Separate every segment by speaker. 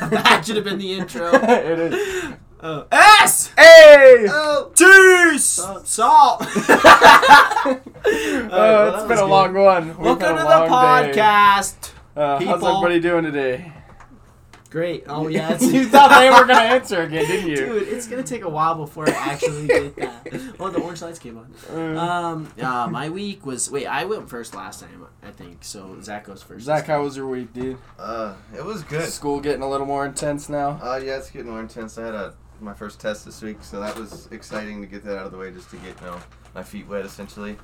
Speaker 1: that should have been the intro.
Speaker 2: it is.
Speaker 1: Uh, S
Speaker 2: Hey!
Speaker 1: L
Speaker 2: Jeez!
Speaker 1: salt. salt.
Speaker 2: Oh, it's Uh, been a long one. We've
Speaker 1: Welcome
Speaker 2: had a
Speaker 1: to the
Speaker 2: long day.
Speaker 1: podcast.
Speaker 2: Uh, how's
Speaker 1: people.
Speaker 2: everybody doing today?
Speaker 1: Great. Oh yeah, it's-
Speaker 2: you thought they were gonna answer again, didn't you?
Speaker 1: Dude, it's gonna take a while before I actually get that. Oh, the orange lights came on.
Speaker 2: Uh,
Speaker 1: Um, uh, my week was wait. I went first last time, I think. So Zach goes first.
Speaker 2: Zach, how was your week, dude?
Speaker 3: Uh, it was good.
Speaker 2: School getting a little more intense now.
Speaker 3: Uh, yeah, it's getting more intense. I had a, my first test this week, so that was exciting to get that out of the way, just to get you know, my feet wet essentially.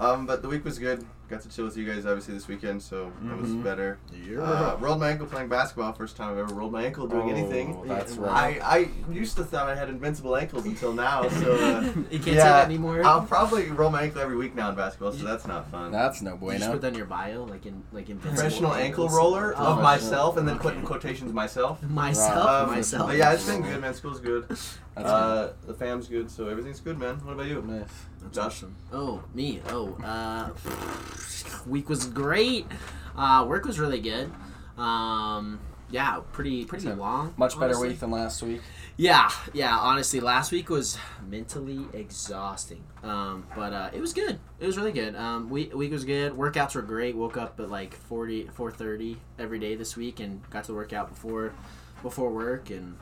Speaker 3: Um, but the week was good. Got to chill with you guys obviously this weekend, so it was
Speaker 1: Mm-hmm.
Speaker 2: Mhm.
Speaker 3: better.
Speaker 1: Yeah.
Speaker 3: Uh, rolled my ankle playing basketball. First time I've ever rolled my ankle doing
Speaker 2: Oh,
Speaker 3: anything.
Speaker 2: That's
Speaker 1: Yeah.
Speaker 2: right.
Speaker 3: I, I used to thought I had invincible ankles until now, so uh,
Speaker 1: you can't say
Speaker 3: yeah,
Speaker 1: that anymore.
Speaker 3: I'll probably roll my ankle every week now in basketball, so that's not fun.
Speaker 2: That's no
Speaker 1: You just put
Speaker 2: bueno.
Speaker 1: that in your bio, like in like in
Speaker 3: Professional ankle
Speaker 1: ankles.
Speaker 3: roller
Speaker 1: Oh,
Speaker 3: of myself, and then
Speaker 1: okay.
Speaker 3: put in quotations myself.
Speaker 1: Myself,
Speaker 3: Um,
Speaker 1: myself.
Speaker 3: But yeah, it's been good, man. School's good.
Speaker 2: That's
Speaker 3: uh, the fam's good, so everything's good, man. What about you?
Speaker 2: nice.
Speaker 1: That's
Speaker 3: Josh?
Speaker 1: awesome. Oh, me. Oh, uh, week was great. Uh, work was really good. Um, yeah, pretty pretty
Speaker 2: So,
Speaker 1: long.
Speaker 2: Much better
Speaker 1: honestly.
Speaker 2: week than last week.
Speaker 1: Yeah, yeah. Honestly, last week was mentally exhausting, um, but uh, it was good. It was really good. Um, week week was good. Workouts were great. Woke up at like 40, 4.30 every day this week, and got to the workout before before work, and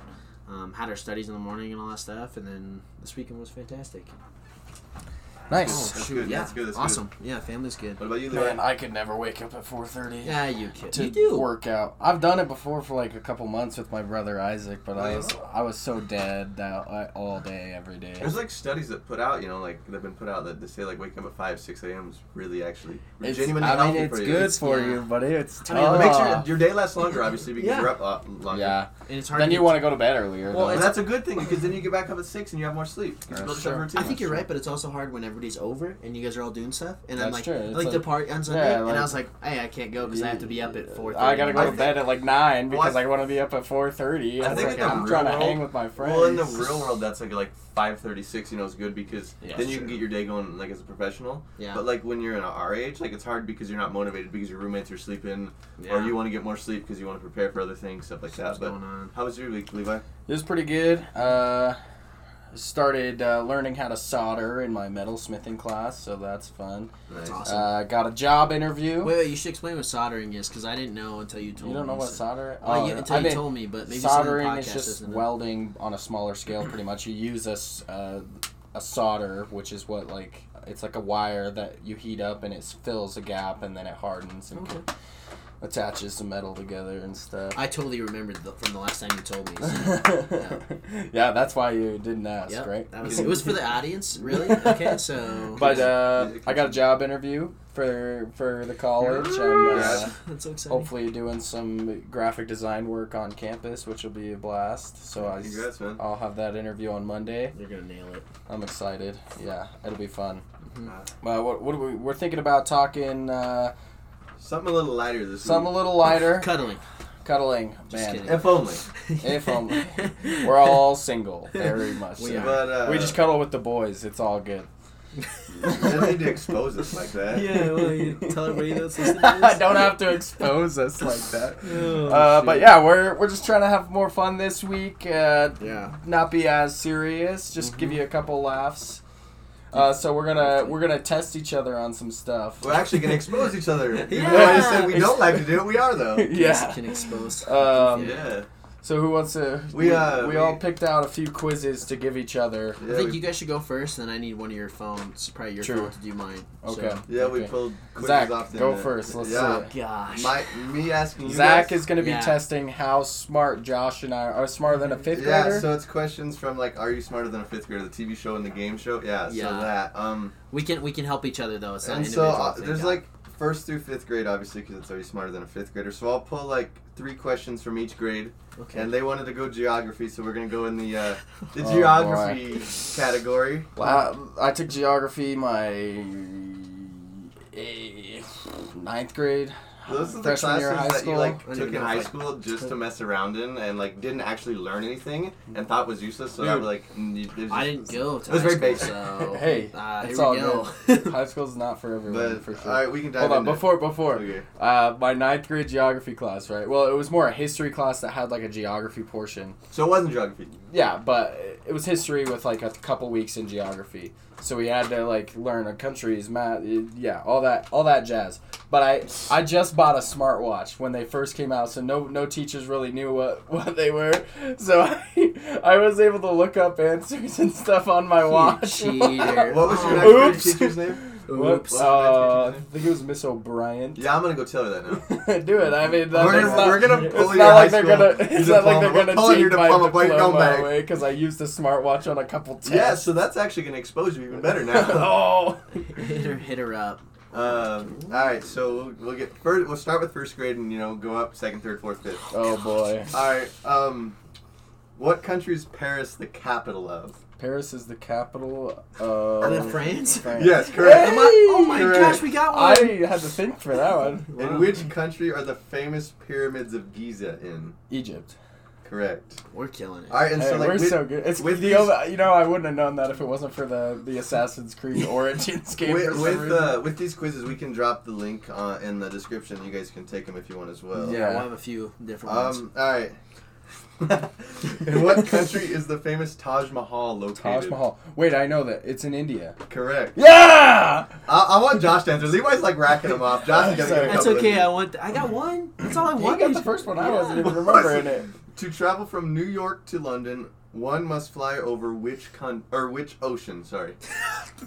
Speaker 1: um, had our studies in the morning and all that stuff. And then this weekend was fantastic. Oh,
Speaker 2: Nice.
Speaker 3: Oh, That's good, that's good, that's good.
Speaker 1: awesome. Yeah, family's good.
Speaker 3: What about you,
Speaker 2: Man,
Speaker 3: Leon?
Speaker 2: I could never wake up at 4:30.
Speaker 1: Yeah, you kid.
Speaker 2: to
Speaker 1: You do.
Speaker 2: work out. I've done it before for like a couple months with my brother Isaac, but I
Speaker 3: Oh,
Speaker 2: was I was so dead out I- all day every day.
Speaker 3: There's like studies that put out, you know, like that've been put out that they say like waking up at five, six a.m. is really actually
Speaker 2: It's,
Speaker 3: genuinely
Speaker 2: I mean,
Speaker 3: healthy
Speaker 2: it's
Speaker 3: for you.
Speaker 2: good
Speaker 1: It's-
Speaker 2: for
Speaker 1: yeah.
Speaker 2: you, but it's tough.
Speaker 3: I mean, it makes your, your day lasts longer, obviously, because
Speaker 1: Yeah.
Speaker 3: you're up uh, longer.
Speaker 2: yeah.
Speaker 1: And it's hard.
Speaker 2: Then
Speaker 1: to
Speaker 2: you want to go to bed earlier.
Speaker 1: Well,
Speaker 2: though.
Speaker 3: But that's a good thing because then you get back up at six and you have more sleep. 'cause You
Speaker 2: That's
Speaker 3: build yourself a
Speaker 2: true.
Speaker 3: routine.
Speaker 1: I think you're right, but it's also hard when everybody's over and you guys are all doing stuff. And I'm
Speaker 2: That's
Speaker 1: like,
Speaker 2: true. It's
Speaker 1: like, the
Speaker 2: like-
Speaker 1: party on Sunday,
Speaker 2: like- uh,
Speaker 1: and I was like, hey, I can't go because I have to be up at four.
Speaker 2: I gotta go
Speaker 3: I
Speaker 2: to
Speaker 3: think-
Speaker 2: bed at like nine
Speaker 3: Well, I-
Speaker 2: because I want to be up at four thirty.
Speaker 3: I
Speaker 2: I'm
Speaker 3: think
Speaker 2: like,
Speaker 3: in the
Speaker 2: I'm
Speaker 3: real
Speaker 2: trying to
Speaker 3: world-
Speaker 2: hang with my friends.
Speaker 3: Well, in the real world, that's like like five thirty six. You know, is good because
Speaker 2: Yeah,
Speaker 3: then you can
Speaker 2: sure.
Speaker 3: get your day going like as a professional.
Speaker 1: Yeah.
Speaker 3: But like when you're in our age, like it's hard because you're not motivated because your roommates are sleeping, or you want to get more sleep because you want to prepare for other things, stuff like that. But
Speaker 1: going on?
Speaker 3: how was your week, Levi?
Speaker 2: It was pretty good. Uh, started uh, learning how to solder in my metalsmithing class, so that's fun.
Speaker 3: Nice.
Speaker 1: awesome.
Speaker 2: Uh, got a job interview.
Speaker 1: Wait, wait, you should explain what soldering is because I didn't know until you told
Speaker 2: you
Speaker 1: me.
Speaker 2: don't know what
Speaker 1: so-
Speaker 2: solder?
Speaker 1: Well,
Speaker 2: oh,
Speaker 1: you, until
Speaker 2: I
Speaker 1: you
Speaker 2: mean,
Speaker 1: told me, but maybe
Speaker 2: soldering
Speaker 1: someone on the
Speaker 2: is
Speaker 1: podcast
Speaker 2: just
Speaker 1: doesn't know.
Speaker 2: welding on a smaller scale, pretty much. You use a, s- uh, a solder, which is what like it's like a wire that you heat up and it fills a gap and then it hardens and
Speaker 1: Okay.
Speaker 2: attaches the metal together and stuff.
Speaker 1: I totally remembered the, from the last time you told me. so-
Speaker 2: yeah. that's why you didn't ask,
Speaker 1: Yep,
Speaker 2: right?
Speaker 1: That was, it was for the audience, really? Okay, so.
Speaker 2: But uh, I got a job interview for for the college. I'm uh,
Speaker 1: That's so exciting.
Speaker 2: hopefully doing some graphic design work on campus, which will be a blast. So I,
Speaker 3: Congrats, man.
Speaker 2: I'll have that interview on Monday.
Speaker 1: You're going to nail it.
Speaker 2: I'm excited. Yeah, it'll be fun.
Speaker 1: Mhm.
Speaker 2: Uh, what, what are we, we're thinking about talking uh,
Speaker 3: Something a little lighter this
Speaker 2: something
Speaker 3: Something
Speaker 2: a little lighter,
Speaker 1: Cuddling.
Speaker 2: cuddling. Man,
Speaker 1: kidding.
Speaker 3: If only.
Speaker 2: if only we're all single, very much.
Speaker 1: We
Speaker 2: so.
Speaker 1: are.
Speaker 3: But uh,
Speaker 2: We just cuddle with the boys. It's all good.
Speaker 3: you don't need to expose us like that.
Speaker 1: Yeah, well, you tell everybody that's listening to this.
Speaker 2: Don't have to expose us like that.
Speaker 1: Oh,
Speaker 2: Uh, but
Speaker 1: shoot.
Speaker 2: yeah, we're we're just trying to have more fun this week. Uh,
Speaker 1: Yeah.
Speaker 2: not be as serious. Just give
Speaker 1: Mm-hmm.
Speaker 2: you a couple laughs. Uh, so we're gonna we're gonna test each other on some stuff.
Speaker 3: We're actually gonna expose each other. Even though I
Speaker 2: Yeah.
Speaker 3: just said we don't like to do it. We are though.
Speaker 2: yeah.
Speaker 1: Can expose.
Speaker 2: Um,
Speaker 3: Yeah.
Speaker 2: So who wants to?
Speaker 3: We, uh,
Speaker 2: we,
Speaker 3: we-
Speaker 2: all picked out a few quizzes to give each other.
Speaker 1: I
Speaker 3: Yeah,
Speaker 1: think
Speaker 3: we,
Speaker 1: you guys should go first, and then I need one of your phones. Probably your
Speaker 2: True.
Speaker 1: phone to do mine.
Speaker 2: Okay.
Speaker 1: So.
Speaker 3: yeah, we
Speaker 2: Okay.
Speaker 3: pulled quizzes
Speaker 2: Zach,
Speaker 3: off the
Speaker 2: go
Speaker 3: internet.
Speaker 2: first. Let's
Speaker 3: yeah.
Speaker 2: see.
Speaker 1: Gosh.
Speaker 3: My me asking you
Speaker 2: Zach
Speaker 3: guys-
Speaker 2: is gonna be
Speaker 1: Yeah.
Speaker 2: testing how smart Josh and I are. are smarter than a fifth
Speaker 3: yeah,
Speaker 2: grader.
Speaker 3: so it's questions from like Are You Smarter Than a Fifth Grader, the TV show and the game show. Yeah,
Speaker 1: Yeah.
Speaker 3: so that. Um,
Speaker 1: we can we can help each other though. It's not
Speaker 3: and so
Speaker 1: individual.
Speaker 3: uh,
Speaker 1: thing,
Speaker 3: there's
Speaker 1: yeah.
Speaker 3: like first through fifth grade, obviously, because it's Are You Smarter Than a Fifth Grader. So I'll pull like three questions from each grade,
Speaker 1: okay.
Speaker 3: and they wanted to go geography, so we're gonna go in the uh, the
Speaker 2: Oh,
Speaker 3: geography category.
Speaker 2: Well, Uh, I I took geography my eh, ninth grade,
Speaker 3: Those are the
Speaker 2: Freshman
Speaker 3: classes
Speaker 2: year of high
Speaker 3: that
Speaker 2: school,
Speaker 3: you like
Speaker 2: I
Speaker 3: took
Speaker 2: didn't
Speaker 3: in
Speaker 2: know,
Speaker 3: high
Speaker 2: like-
Speaker 3: school just to mess around in and like didn't actually learn anything and thought was useless. So that
Speaker 2: Dude.
Speaker 3: was like mm, you- it was
Speaker 1: I
Speaker 3: just-
Speaker 1: didn't go to
Speaker 3: It was
Speaker 1: high
Speaker 3: very
Speaker 1: school,
Speaker 3: basic.
Speaker 1: so
Speaker 2: Hey,
Speaker 1: uh,
Speaker 2: it's
Speaker 1: here
Speaker 2: all
Speaker 1: we go.
Speaker 2: High school's not for everyone,
Speaker 3: But
Speaker 2: for sure.
Speaker 3: all right, we can dive
Speaker 2: Hold on,
Speaker 3: into it.
Speaker 2: before before
Speaker 3: Okay.
Speaker 2: uh, my ninth grade geography class, right? Well, it was more a history class that had like a geography portion.
Speaker 3: So it wasn't geography.
Speaker 2: Yeah, but it was history with like a couple weeks in geography, so we had to like learn a country's map. Yeah, all that all that jazz. But I I just bought a smartwatch when they first came out, so no no teachers really knew what what they were. So I, I was able to look up answers and stuff on my
Speaker 1: You
Speaker 2: watch.
Speaker 1: cheater.
Speaker 3: What was your
Speaker 1: Oh.
Speaker 3: next grade
Speaker 2: Oops.
Speaker 3: teacher's name?
Speaker 2: Whoops.
Speaker 1: Oops.
Speaker 2: Uh, I think it was Miss O'Brien.
Speaker 3: Yeah, I'm gonna go tell her that now.
Speaker 2: Do it. I mean, that,
Speaker 3: We're
Speaker 2: that's
Speaker 3: gonna-
Speaker 2: not,
Speaker 3: we're gonna
Speaker 2: it's
Speaker 3: pull your
Speaker 2: not like they're
Speaker 3: high
Speaker 2: gonna.
Speaker 3: school
Speaker 2: It's not like
Speaker 3: diploma.
Speaker 2: they're
Speaker 3: We're
Speaker 2: gonna
Speaker 3: pulling
Speaker 2: take
Speaker 3: your
Speaker 2: my
Speaker 3: diploma, put your
Speaker 2: diploma
Speaker 3: gum back.
Speaker 2: away because I used a smartwatch on a couple tests.
Speaker 3: Yeah, so that's actually gonna expose you even better now.
Speaker 2: oh.
Speaker 1: hit her, hit her up.
Speaker 3: Um, all right, so we'll, we'll get first. We'll start with first grade, and you know, go up second, third, fourth, fifth.
Speaker 2: Oh boy.
Speaker 3: All right. Um, what country is Paris the capital of?
Speaker 2: Paris is the capital of.
Speaker 1: Is that France?
Speaker 3: Yes,
Speaker 2: correct.
Speaker 3: correct.
Speaker 1: Am I- oh my
Speaker 3: Correct.
Speaker 1: gosh, we got
Speaker 2: I
Speaker 1: one.
Speaker 2: had to think for that one.
Speaker 3: In which country are the famous pyramids of Giza in?
Speaker 2: Egypt.
Speaker 3: Correct.
Speaker 1: We're killing it.
Speaker 3: All right, and
Speaker 2: Hey,
Speaker 3: so like
Speaker 2: we're
Speaker 3: with,
Speaker 2: so good. It's
Speaker 3: with
Speaker 2: the
Speaker 3: these-
Speaker 2: only, you know I wouldn't have known that if it wasn't for the the Assassin's Creed Origins game. for
Speaker 3: with,
Speaker 2: some
Speaker 3: with,
Speaker 2: reason.
Speaker 3: uh, with these quizzes, we can drop the link uh, in the description. You guys can take them if you want as well.
Speaker 1: yeah,
Speaker 2: yeah.
Speaker 1: we'll have a few different ones.
Speaker 3: Um. All right. in what country is the famous Taj Mahal located?
Speaker 2: Taj Mahal. Wait, I know that it's in India.
Speaker 3: Correct.
Speaker 2: Yeah.
Speaker 3: I, I want Josh to answer. Levi's like racking him off. Josh is gonna get a
Speaker 2: Sorry.
Speaker 1: That's
Speaker 3: couple of
Speaker 1: okay.
Speaker 3: these.
Speaker 1: I want. I got one. That's all I
Speaker 2: You
Speaker 1: wanted.
Speaker 2: got the first one. I wasn't even
Speaker 3: Yeah.
Speaker 2: remembering it.
Speaker 3: To travel from New York to London, one must fly over which con or which ocean? Sorry.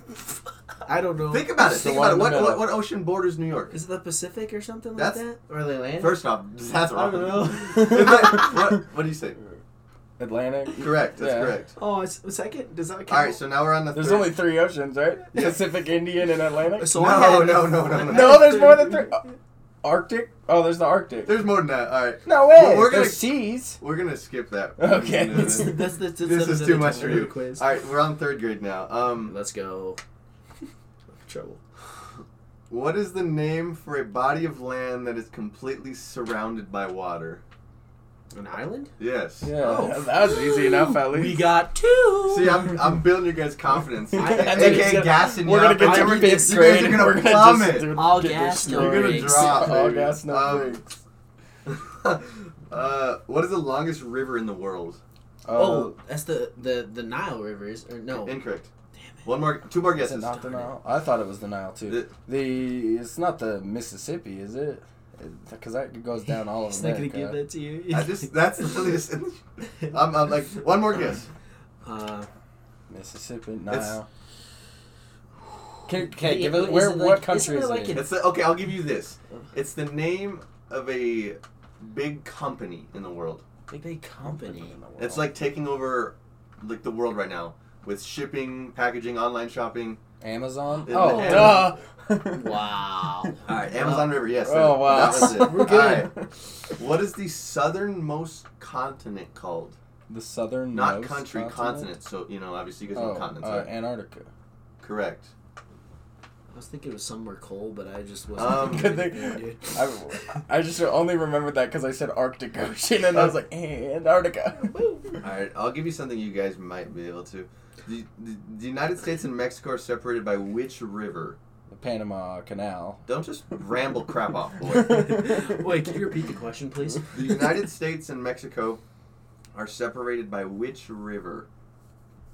Speaker 1: I don't know.
Speaker 3: Think about it.
Speaker 2: It's the
Speaker 3: Think
Speaker 2: one
Speaker 3: about it.
Speaker 2: in the
Speaker 3: What,
Speaker 2: middle.
Speaker 3: what, what ocean borders New York?
Speaker 1: Is it the Pacific or something like
Speaker 3: That's-
Speaker 1: that, or the Atlantic?
Speaker 3: First off, that's
Speaker 1: I
Speaker 3: wrong.
Speaker 1: don't
Speaker 3: It's
Speaker 1: know.
Speaker 3: like- what, what do you say?
Speaker 2: Atlantic.
Speaker 3: Correct. That's
Speaker 2: Yeah.
Speaker 3: correct.
Speaker 1: oh, it's, second. Does that count?
Speaker 3: All right. So now we're on the.
Speaker 2: There's
Speaker 3: third.
Speaker 2: only three oceans, right?
Speaker 3: Yeah.
Speaker 2: Pacific, Indian, and Atlantic.
Speaker 1: So
Speaker 3: No,
Speaker 1: I had-
Speaker 3: no, no, no, no.
Speaker 2: No, there's more than three. uh, Arctic. Oh, there's the Arctic.
Speaker 3: There's more than that. All right.
Speaker 2: no way.
Speaker 3: Well, we're
Speaker 2: there's
Speaker 3: gonna-
Speaker 2: seas.
Speaker 3: We're gonna skip that.
Speaker 2: Okay.
Speaker 3: No, no,
Speaker 1: That's,
Speaker 3: no.
Speaker 1: that's, that's,
Speaker 3: this
Speaker 1: that's
Speaker 3: is too
Speaker 1: another
Speaker 3: much for you.
Speaker 1: Quiz.
Speaker 3: All right. We're on third grade now. Um,
Speaker 1: Let's go. Trouble.
Speaker 3: what is the name for a body of land that is completely surrounded by water?
Speaker 1: An island?
Speaker 3: Yes.
Speaker 2: Yeah,
Speaker 1: Oh.
Speaker 2: that was easy enough at least.
Speaker 1: We got two.
Speaker 3: See, I'm, I'm building your guys' confidence.
Speaker 2: I
Speaker 1: think
Speaker 3: AKA
Speaker 2: so.
Speaker 3: gassing you
Speaker 2: we're gonna
Speaker 3: up.
Speaker 2: get
Speaker 1: I
Speaker 2: to
Speaker 1: think
Speaker 2: fifth
Speaker 1: you
Speaker 2: grade.
Speaker 3: guys are
Speaker 2: and
Speaker 3: gonna
Speaker 2: we're gonna
Speaker 3: plummet.
Speaker 2: just do-
Speaker 1: All
Speaker 2: get
Speaker 1: gas, no
Speaker 2: destroyed.
Speaker 3: You're gonna
Speaker 1: breaks.
Speaker 3: drop.
Speaker 2: All
Speaker 3: baby.
Speaker 2: gas, no
Speaker 3: Um,
Speaker 2: breaks.
Speaker 3: uh, what is the longest river in the world?
Speaker 2: Uh,
Speaker 1: Oh, that's the the the Nile River is or no?
Speaker 3: Incorrect. One more, two more
Speaker 2: is it
Speaker 3: guesses.
Speaker 2: not the Nile? I thought it was the Nile too.
Speaker 3: The-
Speaker 2: the it's not the Mississippi, is it? Because that goes down all of
Speaker 1: He's not
Speaker 2: America.
Speaker 1: gonna give that to you.
Speaker 3: I just that's the silliest. I'm, I'm like one more guess.
Speaker 1: Uh,
Speaker 2: Mississippi,
Speaker 3: It's-
Speaker 2: Nile. Can,
Speaker 1: Is
Speaker 2: can
Speaker 1: it-
Speaker 2: give it,
Speaker 1: is
Speaker 2: where
Speaker 1: it
Speaker 2: what
Speaker 1: like-
Speaker 2: country
Speaker 1: isn't
Speaker 2: is
Speaker 1: it like
Speaker 2: it?
Speaker 1: an-
Speaker 3: It's the, okay. I'll give you this. It's the name of a big company in the world.
Speaker 1: big big company.
Speaker 3: It's like taking over like the world right now with shipping, packaging, online shopping.
Speaker 2: Amazon.
Speaker 3: Isn't
Speaker 2: Oh,
Speaker 3: it
Speaker 2: duh.
Speaker 1: Wow.
Speaker 3: All right, Amazon River. Yes.
Speaker 2: Oh wow,
Speaker 3: That was it.
Speaker 2: we're
Speaker 3: All right.
Speaker 2: good.
Speaker 3: What is the southernmost continent called?
Speaker 2: The southern
Speaker 3: Not
Speaker 2: most
Speaker 3: country, continent?
Speaker 2: continent.
Speaker 3: So you know, obviously, you guys know
Speaker 2: Oh,
Speaker 3: what continents.
Speaker 2: uh,
Speaker 3: are.
Speaker 2: Antarctica.
Speaker 3: Correct.
Speaker 1: I was thinking it was somewhere cold, but I just wasn't.
Speaker 3: Um,
Speaker 1: thinking
Speaker 2: Good
Speaker 1: anything,
Speaker 2: thing.
Speaker 1: dude.
Speaker 2: I, I just only remembered that because I said Arctic Ocean, and I was like, eh, Antarctica.
Speaker 3: All right, I'll give you something you guys might be able to. The, the, the United States and Mexico are separated by which river?
Speaker 2: the Panama Canal.
Speaker 3: Don't just ramble crap off, boy.
Speaker 1: Wait, can you repeat the question, please?
Speaker 3: The United States and Mexico are separated by which river?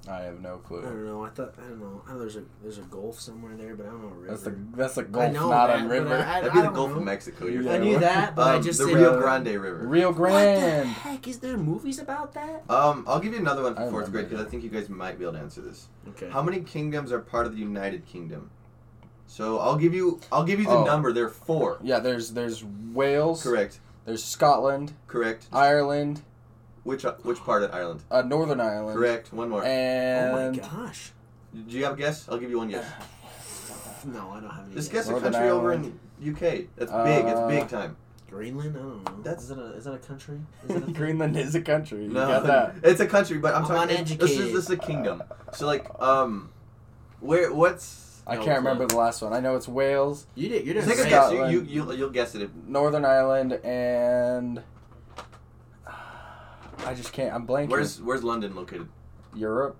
Speaker 2: I have no
Speaker 1: I
Speaker 2: clue.
Speaker 1: don't know. I thought I don't know. I know there's a there's a Gulf somewhere there, but I don't know. a River.
Speaker 2: That's the that's the
Speaker 1: I
Speaker 2: Gulf,
Speaker 1: know
Speaker 2: not
Speaker 1: that,
Speaker 2: a
Speaker 1: but
Speaker 2: river.
Speaker 1: I, I,
Speaker 3: That'd be
Speaker 1: I
Speaker 3: the
Speaker 1: don't
Speaker 3: Gulf
Speaker 1: know.
Speaker 3: of Mexico. You're
Speaker 2: Yeah.
Speaker 1: I
Speaker 3: right.
Speaker 1: knew that, but I
Speaker 3: Um,
Speaker 1: just
Speaker 3: the
Speaker 1: didn't
Speaker 3: Rio
Speaker 1: know.
Speaker 3: Grande River.
Speaker 2: Rio
Speaker 1: What the
Speaker 2: Grande.
Speaker 1: heck? Is there movies about that?
Speaker 3: um, I'll give you another one
Speaker 2: I
Speaker 3: for fourth
Speaker 2: remember
Speaker 3: grade
Speaker 2: that.
Speaker 3: because I think you guys might be able to answer this.
Speaker 1: Okay.
Speaker 3: How many kingdoms are part of the United Kingdom? So I'll give you I'll give you the
Speaker 2: Oh.
Speaker 3: number. There are four.
Speaker 2: Yeah, there's there's Wales.
Speaker 3: Correct.
Speaker 2: There's Scotland,
Speaker 3: Correct.
Speaker 2: Ireland,
Speaker 3: Which which part of Ireland?
Speaker 2: uh, Northern Ireland.
Speaker 3: Correct. One
Speaker 1: oh
Speaker 3: more.
Speaker 1: my
Speaker 2: And
Speaker 1: gosh.
Speaker 3: Do you have a guess? I'll give you one guess.
Speaker 1: No, I don't have any.
Speaker 3: Just
Speaker 1: guess.
Speaker 3: guess a
Speaker 2: Northern
Speaker 3: country over in
Speaker 2: Ireland.
Speaker 3: UK. That's big.
Speaker 2: Uh,
Speaker 3: It's big time.
Speaker 1: Greenland? I don't know.
Speaker 3: That's-
Speaker 1: is that a is that a country? Is that a thing?
Speaker 2: Greenland is a country. You
Speaker 3: No,
Speaker 2: got that.
Speaker 3: it's a country, but I'm
Speaker 1: I'm
Speaker 3: talking. This is
Speaker 1: uneducated.
Speaker 3: this is a kingdom. So like, um, where what's
Speaker 2: I
Speaker 1: No
Speaker 2: can't remember
Speaker 1: clue.
Speaker 2: the last one. I know it's Wales,
Speaker 1: You did. You're doing
Speaker 3: Take a
Speaker 1: great.
Speaker 3: guess. You,
Speaker 2: Scotland.
Speaker 3: you, you'll, you'll guess it.
Speaker 2: Northern Ireland, and I just can't. I'm blanking.
Speaker 3: Where's Where's London located?
Speaker 2: Europe?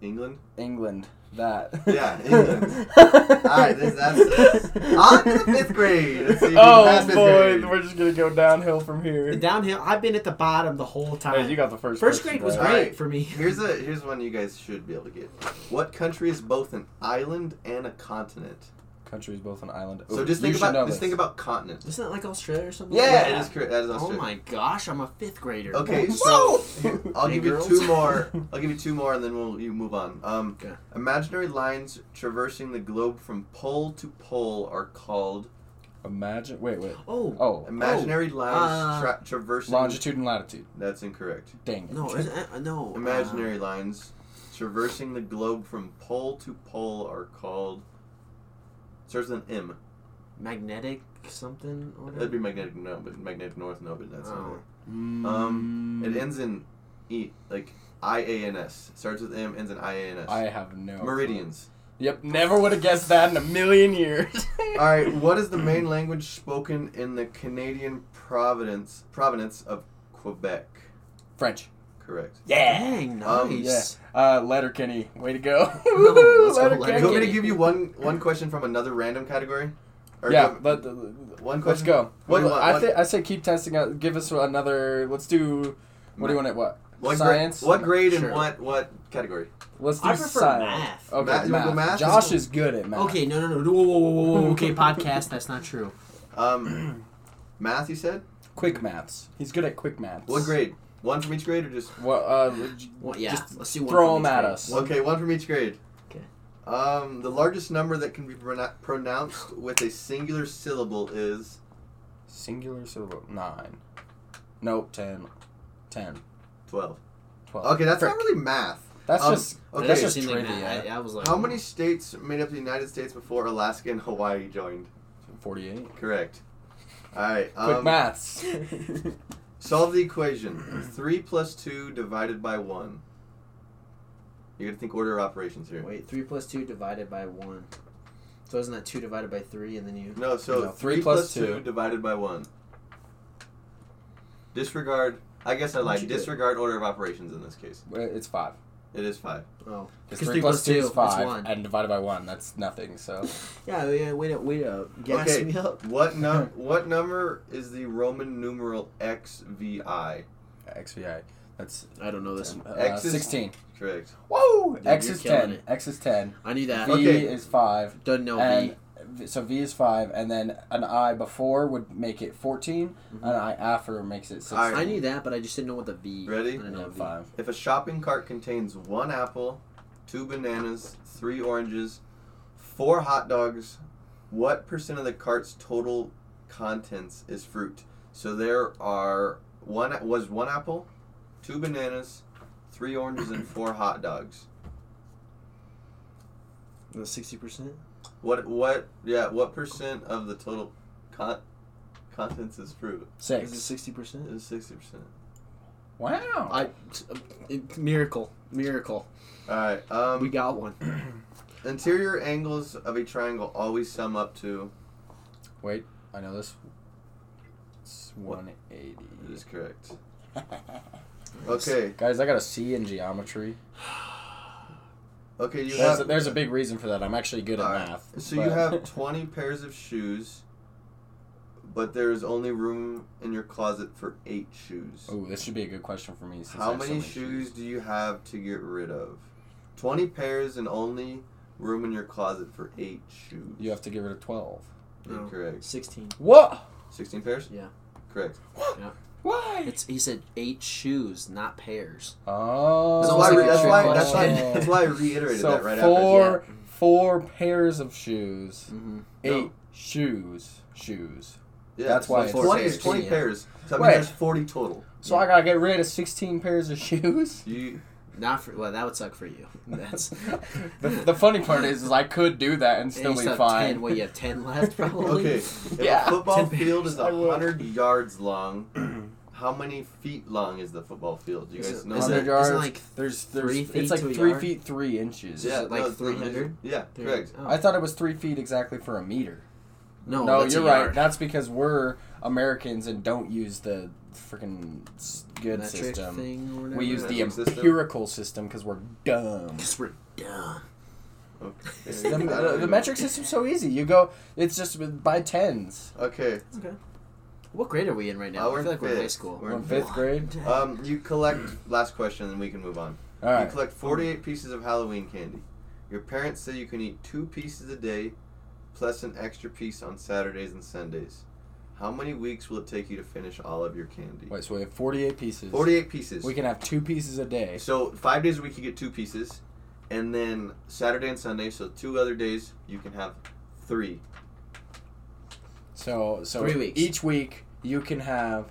Speaker 3: England.
Speaker 2: England. That.
Speaker 3: Yeah, England. Alright, this- that's- that's- on to the fifth grade. Let's see if we
Speaker 2: oh
Speaker 3: pass fifth
Speaker 2: boy,
Speaker 3: grade.
Speaker 2: we're just gonna go downhill from here.
Speaker 1: downhill. I've been at the bottom the whole time.
Speaker 2: Hey, you got the first.
Speaker 1: First
Speaker 2: person,
Speaker 1: grade was
Speaker 2: right?
Speaker 1: great
Speaker 3: Alright.
Speaker 1: for me.
Speaker 3: Here's a here's one you guys should be able to get. What country is both an island and a continent?
Speaker 2: Country is both an island.
Speaker 3: So
Speaker 2: Ooh,
Speaker 3: just
Speaker 2: Oh, you
Speaker 3: think
Speaker 2: should
Speaker 3: about
Speaker 2: know
Speaker 3: just
Speaker 2: this.
Speaker 3: think about continent.
Speaker 1: Isn't that like Australia or something?
Speaker 3: Yeah,
Speaker 1: like
Speaker 3: it is correct. That is
Speaker 1: Oh
Speaker 3: Australia.
Speaker 1: my gosh, I'm a fifth grader.
Speaker 3: Okay,
Speaker 1: Whoa!
Speaker 3: so
Speaker 2: Oh
Speaker 3: here, I'll
Speaker 1: Hey,
Speaker 3: give you
Speaker 1: girls.
Speaker 3: two more. I'll give you two more, and then we'll you move on. Um,
Speaker 1: Okay.
Speaker 3: Imaginary lines traversing the globe from pole to pole are called
Speaker 2: Imagine. Wait, wait.
Speaker 1: Oh,
Speaker 2: Oh, Uh,
Speaker 3: imaginary lines tra- traversing.
Speaker 2: longitude and latitude.
Speaker 3: That's incorrect.
Speaker 2: Dang it.
Speaker 1: no, isn't that, no. uh,
Speaker 3: Oh, Imaginary lines traversing the globe from pole to pole are called. Starts with an M.
Speaker 1: magnetic something or
Speaker 3: That'd
Speaker 1: whatever.
Speaker 3: be magnetic. No, but magnetic north. No, but that's not
Speaker 1: Oh.
Speaker 3: it.
Speaker 2: Mm,
Speaker 3: Um, It ends in E, like I A N S. Starts with M, ends in I A N S.
Speaker 2: I have no. clue.
Speaker 3: Meridians.
Speaker 2: Yep, never would have guessed that in a million years.
Speaker 3: All right. What is the main language spoken in the Canadian province province of Quebec?
Speaker 2: French.
Speaker 3: Correct.
Speaker 2: Yeah.
Speaker 1: Dang,
Speaker 3: Um,
Speaker 2: Yeah.
Speaker 1: nice.
Speaker 2: Uh, Letterkenny. Way to go.
Speaker 1: let's go
Speaker 3: Do you want me to
Speaker 1: Letterkenny.
Speaker 3: give you one one question from another random category? Or
Speaker 2: Yeah.
Speaker 3: give-
Speaker 2: Let,
Speaker 3: one
Speaker 2: let's
Speaker 3: question.
Speaker 2: go.
Speaker 3: What do you want?
Speaker 2: I
Speaker 3: What-
Speaker 2: think I say keep testing out. Give us another. Let's do. What do you want? At what?
Speaker 3: What gra-
Speaker 2: science.
Speaker 3: what grade
Speaker 1: Sure.
Speaker 3: and what what category?
Speaker 2: Let's do
Speaker 1: I prefer
Speaker 2: science.
Speaker 1: math.
Speaker 2: Okay,
Speaker 3: Math- you wanna go math?
Speaker 2: Josh is good at math.
Speaker 1: Okay, no, no, no. Whoa, whoa, whoa, whoa, whoa. Okay, podcast. That's not true.
Speaker 3: Um, math. You said
Speaker 2: Quick maths. He's good at quick maths.
Speaker 3: what grade? One from each grade, or just
Speaker 2: What? Uh,
Speaker 1: Well, yeah,
Speaker 2: Just
Speaker 1: let's do one
Speaker 2: throw
Speaker 1: from
Speaker 2: them
Speaker 1: each
Speaker 2: at
Speaker 1: grade.
Speaker 2: us.
Speaker 3: okay? One from each grade.
Speaker 1: Okay.
Speaker 3: Um, the largest number that can be prona- pronounced with a singular syllable is
Speaker 2: Singular syllable. Nine. Nope. Ten. Ten.
Speaker 3: twelve.
Speaker 2: Twelve.
Speaker 3: Okay, that's
Speaker 2: Frick.
Speaker 3: not really math.
Speaker 2: That's
Speaker 3: um,
Speaker 2: just.
Speaker 1: That
Speaker 3: Okay.
Speaker 2: that's
Speaker 1: doesn't
Speaker 2: just
Speaker 1: seem like
Speaker 2: trivia.
Speaker 1: math. I, I was like,
Speaker 3: How many states made up the United States before Alaska and Hawaii joined?
Speaker 2: Forty-eight.
Speaker 3: Correct. All right.
Speaker 2: Quick
Speaker 3: Um,
Speaker 2: maths.
Speaker 3: Solve the equation. Three plus two divided by one. You got to think order of operations here.
Speaker 1: Wait, three plus two divided by one. So isn't that two divided by three, and then you?
Speaker 3: No, so
Speaker 2: No,
Speaker 3: three,
Speaker 2: three
Speaker 3: plus
Speaker 2: plus
Speaker 3: two.
Speaker 2: two.
Speaker 3: divided by one. Disregard. I guess I
Speaker 2: What'd
Speaker 3: lied.
Speaker 2: you do?
Speaker 3: Disregard order of operations in this case.
Speaker 2: Well, it's five.
Speaker 3: It is five.
Speaker 1: Oh,
Speaker 2: Because
Speaker 1: 'Cause
Speaker 2: three plus two is
Speaker 1: it's
Speaker 2: five,
Speaker 1: one.
Speaker 2: and divided by one, that's nothing. So
Speaker 1: Yeah, yeah. Wait up, wait up. Gas
Speaker 3: Okay.
Speaker 1: me up.
Speaker 3: What num? what number is the Roman numeral XVI?
Speaker 2: XVI. That's
Speaker 1: I don't know this.
Speaker 2: 10, uh,
Speaker 3: X is-
Speaker 2: sixteen.
Speaker 3: Correct.
Speaker 2: Whoa!
Speaker 1: Dude,
Speaker 2: X
Speaker 1: you're
Speaker 2: is
Speaker 1: killing
Speaker 2: ten.
Speaker 1: it.
Speaker 2: X is ten.
Speaker 1: I knew that.
Speaker 2: V
Speaker 3: Okay.
Speaker 2: is five.
Speaker 1: Doesn't know
Speaker 2: and
Speaker 1: V.
Speaker 2: v- so V is five, and then an I before would make it 14 and an I after makes it sixteen.
Speaker 3: Alright.
Speaker 1: I knew that, but I just didn't know what the V.
Speaker 3: Ready?
Speaker 1: I didn't know
Speaker 2: No,
Speaker 1: V.
Speaker 2: five.
Speaker 3: If a shopping cart contains one apple, two bananas, three oranges, four hot dogs, what percent of the cart's total contents is fruit? So there are one was one apple, two bananas, three oranges, and four hot dogs.
Speaker 1: The sixty percent.
Speaker 3: What what yeah what percent of the total con- contents is fruit?
Speaker 1: Is it
Speaker 2: Six.
Speaker 1: sixty percent?
Speaker 3: It's sixty percent.
Speaker 2: Wow.
Speaker 1: I it- miracle, miracle.
Speaker 3: All right. Um,
Speaker 1: We got one.
Speaker 3: interior angles of a triangle always sum up to.
Speaker 2: Wait, I know this. It's 180.
Speaker 3: That is correct. Okay.
Speaker 2: Guys, I got a C in geometry.
Speaker 3: Okay. You
Speaker 2: There's a,
Speaker 3: have,
Speaker 2: there's a big reason for that. I'm actually good at
Speaker 3: Alright,
Speaker 2: math.
Speaker 3: So
Speaker 2: but-
Speaker 3: you have 20 pairs of shoes, but there is only room in your closet for eight shoes.
Speaker 2: Ooh, this should be a good question for me. Since I
Speaker 3: How
Speaker 2: have Oh, so
Speaker 3: many shoes do you have to get rid of? 20 pairs and only room in your closet for eight shoes.
Speaker 2: You have to get rid of 12.
Speaker 1: No.
Speaker 3: Incorrect.
Speaker 1: Sixteen.
Speaker 2: What?
Speaker 3: 16 pairs?
Speaker 1: Oh. Yeah.
Speaker 3: Correct.
Speaker 2: Why?
Speaker 1: It's he said eight shoes, not pairs.
Speaker 2: Oh.
Speaker 3: That's
Speaker 1: Sounds
Speaker 3: why, I
Speaker 1: like
Speaker 3: re-
Speaker 1: a
Speaker 3: that's,
Speaker 1: trick
Speaker 3: why, that's, why,
Speaker 1: question.
Speaker 3: that's why I reiterated
Speaker 2: so
Speaker 3: that right
Speaker 2: four,
Speaker 1: after,
Speaker 2: four pairs of shoes.
Speaker 1: Mm-hmm.
Speaker 2: Eight
Speaker 3: No.
Speaker 2: shoes. Shoes.
Speaker 3: after. Yeah,
Speaker 2: that's
Speaker 3: so
Speaker 2: why it's
Speaker 3: 20 is
Speaker 1: pairs.
Speaker 3: 20
Speaker 1: Yeah.
Speaker 3: pairs. So I mean,
Speaker 2: Wait.
Speaker 3: there's 40 total.
Speaker 2: So I gotta get rid of 16 pairs of shoes?
Speaker 3: You,
Speaker 1: Not for well, that would suck for you. That's
Speaker 2: The, the funny part is, is I could do that and still be
Speaker 1: and you still have
Speaker 2: fine.
Speaker 1: ten. What you have ten left probably.
Speaker 3: Okay. If
Speaker 2: Yeah.
Speaker 3: a football
Speaker 1: Ten
Speaker 3: field is
Speaker 2: I would.
Speaker 3: 100 yards long, How many feet long is the football field? Do you
Speaker 1: Is
Speaker 3: guys
Speaker 1: it-
Speaker 3: know?
Speaker 1: is
Speaker 3: that?
Speaker 2: Hundred
Speaker 1: it-
Speaker 2: yards.
Speaker 1: isn't like
Speaker 2: there's there's
Speaker 1: three feet
Speaker 2: it's like
Speaker 1: to a
Speaker 2: three
Speaker 1: yard?
Speaker 2: feet three inches.
Speaker 3: yeah,
Speaker 1: it like
Speaker 3: no, it's not-
Speaker 1: 300?
Speaker 3: Yeah,
Speaker 1: Dude,
Speaker 3: correct.
Speaker 1: oh.
Speaker 2: I thought it was three feet exactly for a meter.
Speaker 1: no,
Speaker 2: no,
Speaker 1: Oh, that's a
Speaker 2: you're right.
Speaker 1: yard.
Speaker 2: That's because we're Americans and don't use the freaking s- good
Speaker 1: Metric
Speaker 2: system.
Speaker 1: thing or whatever.
Speaker 2: We use the
Speaker 3: Metric system.
Speaker 2: empirical system because we're dumb.
Speaker 1: 'Cause we're dumb.
Speaker 3: Oh. Okay.
Speaker 2: The,
Speaker 3: I don't
Speaker 2: the, the
Speaker 3: even-
Speaker 2: metric system's so easy. You go, it's just by tens.
Speaker 3: Okay.
Speaker 1: What grade are we in right now?
Speaker 3: Uh, we're
Speaker 1: I feel
Speaker 3: in
Speaker 1: like we're in high
Speaker 3: fifth.
Speaker 1: school.
Speaker 3: We're
Speaker 2: We're
Speaker 3: in
Speaker 2: in fifth
Speaker 1: What
Speaker 2: grade.
Speaker 1: the heck?
Speaker 3: Um, you collect last question, and we can move on.
Speaker 2: All
Speaker 3: You
Speaker 2: right.
Speaker 3: collect 48 pieces of Halloween candy. Your parents say you can eat two pieces a day, plus an extra piece on Saturdays and Sundays. How many weeks will it take you to finish all of your candy?
Speaker 2: Wait, so we have 48 pieces.
Speaker 3: 48 pieces.
Speaker 2: We can have two pieces a day.
Speaker 3: So five days a week you get two pieces, and then Saturday and Sunday, so two other days you can have three.
Speaker 2: So, so
Speaker 1: Three weeks.
Speaker 2: each week you can have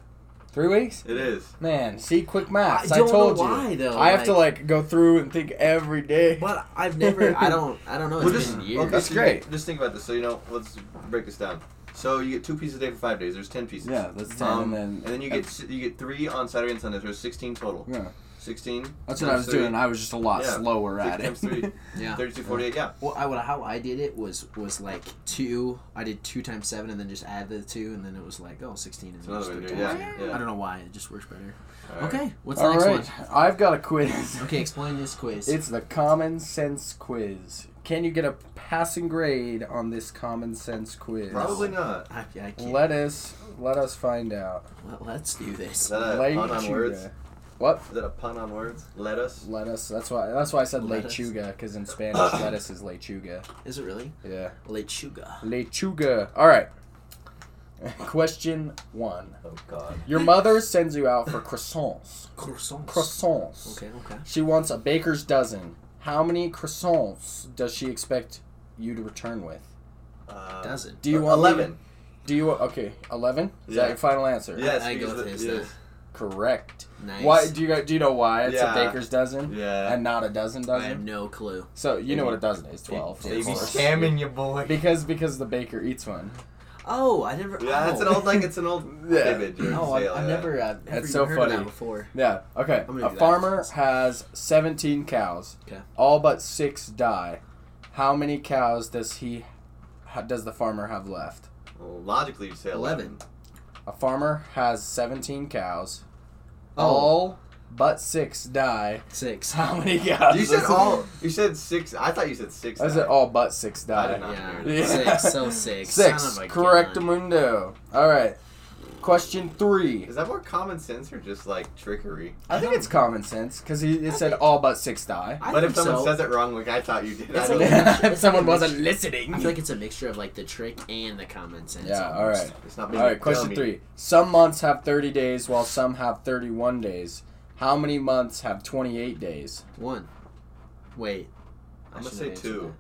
Speaker 2: three weeks.
Speaker 3: It is.
Speaker 2: Man, see, quick maths.
Speaker 1: I
Speaker 2: I,
Speaker 1: don't
Speaker 2: told
Speaker 1: know
Speaker 2: you.
Speaker 1: why, though,
Speaker 2: I have to like go through and think every day.
Speaker 1: But I've never. I don't. I don't know. It's
Speaker 3: Well, just,
Speaker 1: been years.
Speaker 3: okay,
Speaker 2: That's
Speaker 3: so you-
Speaker 2: great.
Speaker 3: Just think about this. So you know, let's break this down. So you get two pieces a day for five days. There's ten pieces.
Speaker 2: yeah, that's ten,
Speaker 3: Um,
Speaker 2: and then
Speaker 3: And then you get you get three on Saturday and Sunday. There's sixteen total.
Speaker 2: Yeah.
Speaker 3: Sixteen.
Speaker 2: That's what I
Speaker 3: times
Speaker 2: was doing.
Speaker 3: three,
Speaker 2: I was just a lot
Speaker 3: Yeah.
Speaker 2: slower
Speaker 3: Six
Speaker 2: at it.
Speaker 3: times three.
Speaker 1: Yeah.
Speaker 3: Thirty-two, forty-eight. Yeah.
Speaker 1: Well, I would how I did it was was like two. I did two times seven, and then just add the two, and then it was like oh, 16 and
Speaker 3: It's
Speaker 1: then
Speaker 3: another
Speaker 1: just
Speaker 3: way
Speaker 1: go
Speaker 3: to do it.
Speaker 1: down.
Speaker 3: Yeah. yeah.
Speaker 1: I don't know why it just works better.
Speaker 3: All right.
Speaker 1: Okay, what's the
Speaker 2: All
Speaker 1: next
Speaker 2: right, I've got a quiz.
Speaker 1: one? Okay, explain this quiz.
Speaker 2: It's the common sense quiz. Can you get a passing grade on this common sense quiz?
Speaker 3: Probably not.
Speaker 1: I, I can't.
Speaker 2: Let us let us find out.
Speaker 1: Let, us do
Speaker 3: Is
Speaker 1: this.
Speaker 3: that a
Speaker 2: Lay
Speaker 3: pun on
Speaker 2: Chuga.
Speaker 3: words?
Speaker 2: What?
Speaker 3: Is that a pun on words? Let us.
Speaker 2: Let us. That's why. That's why I said
Speaker 1: Lettuce.
Speaker 2: lechuga because in Spanish lettuce is lechuga.
Speaker 1: Is it really
Speaker 2: Yeah,
Speaker 1: lechuga?
Speaker 2: lechuga. All right. Question one.
Speaker 3: Oh God.
Speaker 2: Your mother sends you out for croissants.
Speaker 1: Croissants.
Speaker 2: Croissants.
Speaker 1: Okay, okay.
Speaker 2: She wants a baker's dozen. How many croissants does she expect you to return with?
Speaker 3: Uh,
Speaker 1: Doesn't.
Speaker 2: Do you want
Speaker 3: eleven?
Speaker 2: Do you okay? Eleven. Is
Speaker 3: Yeah.
Speaker 2: that your final answer?
Speaker 3: Yes.
Speaker 1: I- I go
Speaker 3: because
Speaker 1: with
Speaker 3: the-
Speaker 1: his,
Speaker 3: yes.
Speaker 2: Correct.
Speaker 1: Nice.
Speaker 2: Why do you gu- do you know why it's
Speaker 3: Yeah.
Speaker 2: a baker's dozen
Speaker 3: Yeah.
Speaker 2: and not a dozen
Speaker 1: I have
Speaker 2: dozen?
Speaker 1: no clue.
Speaker 2: So you know what a dozen is? Twelve.
Speaker 3: They be
Speaker 2: of course.
Speaker 3: scamming you, boy.
Speaker 2: Because because the baker eats one.
Speaker 1: Oh, I never.
Speaker 3: Yeah,
Speaker 1: oh.
Speaker 3: it's an old like it's an old
Speaker 2: Yeah.
Speaker 3: David.
Speaker 1: No,
Speaker 3: you know, say
Speaker 1: I've,
Speaker 3: it
Speaker 1: I've
Speaker 3: like that.
Speaker 1: never. I've never
Speaker 2: That's
Speaker 1: even
Speaker 2: so
Speaker 1: heard of
Speaker 2: funny.
Speaker 1: that before.
Speaker 2: Yeah. Okay.
Speaker 1: gonna do
Speaker 2: A
Speaker 1: that.
Speaker 2: farmer has seventeen cows.
Speaker 1: Okay.
Speaker 2: All but six die. How many cows does he? ha- Does the farmer have left?
Speaker 3: Well, logically, you'd say eleven.
Speaker 1: Eleven.
Speaker 2: A farmer has seventeen cows.
Speaker 1: Oh.
Speaker 2: All but six die.
Speaker 1: Six.
Speaker 2: How many cows?
Speaker 3: You said
Speaker 2: does-
Speaker 3: all. You said six. I thought you said six.
Speaker 2: I said
Speaker 3: now.
Speaker 2: all but six die.
Speaker 3: I did not
Speaker 1: Yeah.
Speaker 3: hear it.
Speaker 2: Yeah.
Speaker 1: Six. So six.
Speaker 2: Six.
Speaker 1: Son of a
Speaker 2: Correct
Speaker 1: gun.
Speaker 2: mundo. All right. Question three.
Speaker 3: Is that more common sense or just like trickery?
Speaker 2: I think it's common sense because it
Speaker 1: I
Speaker 2: said
Speaker 1: think-
Speaker 2: all but six die.
Speaker 1: I
Speaker 3: but
Speaker 1: think
Speaker 3: if someone
Speaker 1: so.
Speaker 3: says it wrong, like I thought you did, I
Speaker 1: It's
Speaker 3: don't
Speaker 1: like-
Speaker 3: know.
Speaker 2: if someone wasn't
Speaker 1: I feel
Speaker 2: listening.
Speaker 1: like it's a mixture of like the trick and the common sense.
Speaker 2: Yeah. All
Speaker 1: almost.
Speaker 2: right.
Speaker 3: it's not
Speaker 2: All
Speaker 3: being
Speaker 2: right. Question
Speaker 3: dummy.
Speaker 2: three. Some months have thirty days, while some have thirty-one days. How many months have twenty-eight days?
Speaker 1: One. Wait. I
Speaker 3: I'm gonna
Speaker 1: shouldn't
Speaker 3: say
Speaker 1: have answered
Speaker 3: two.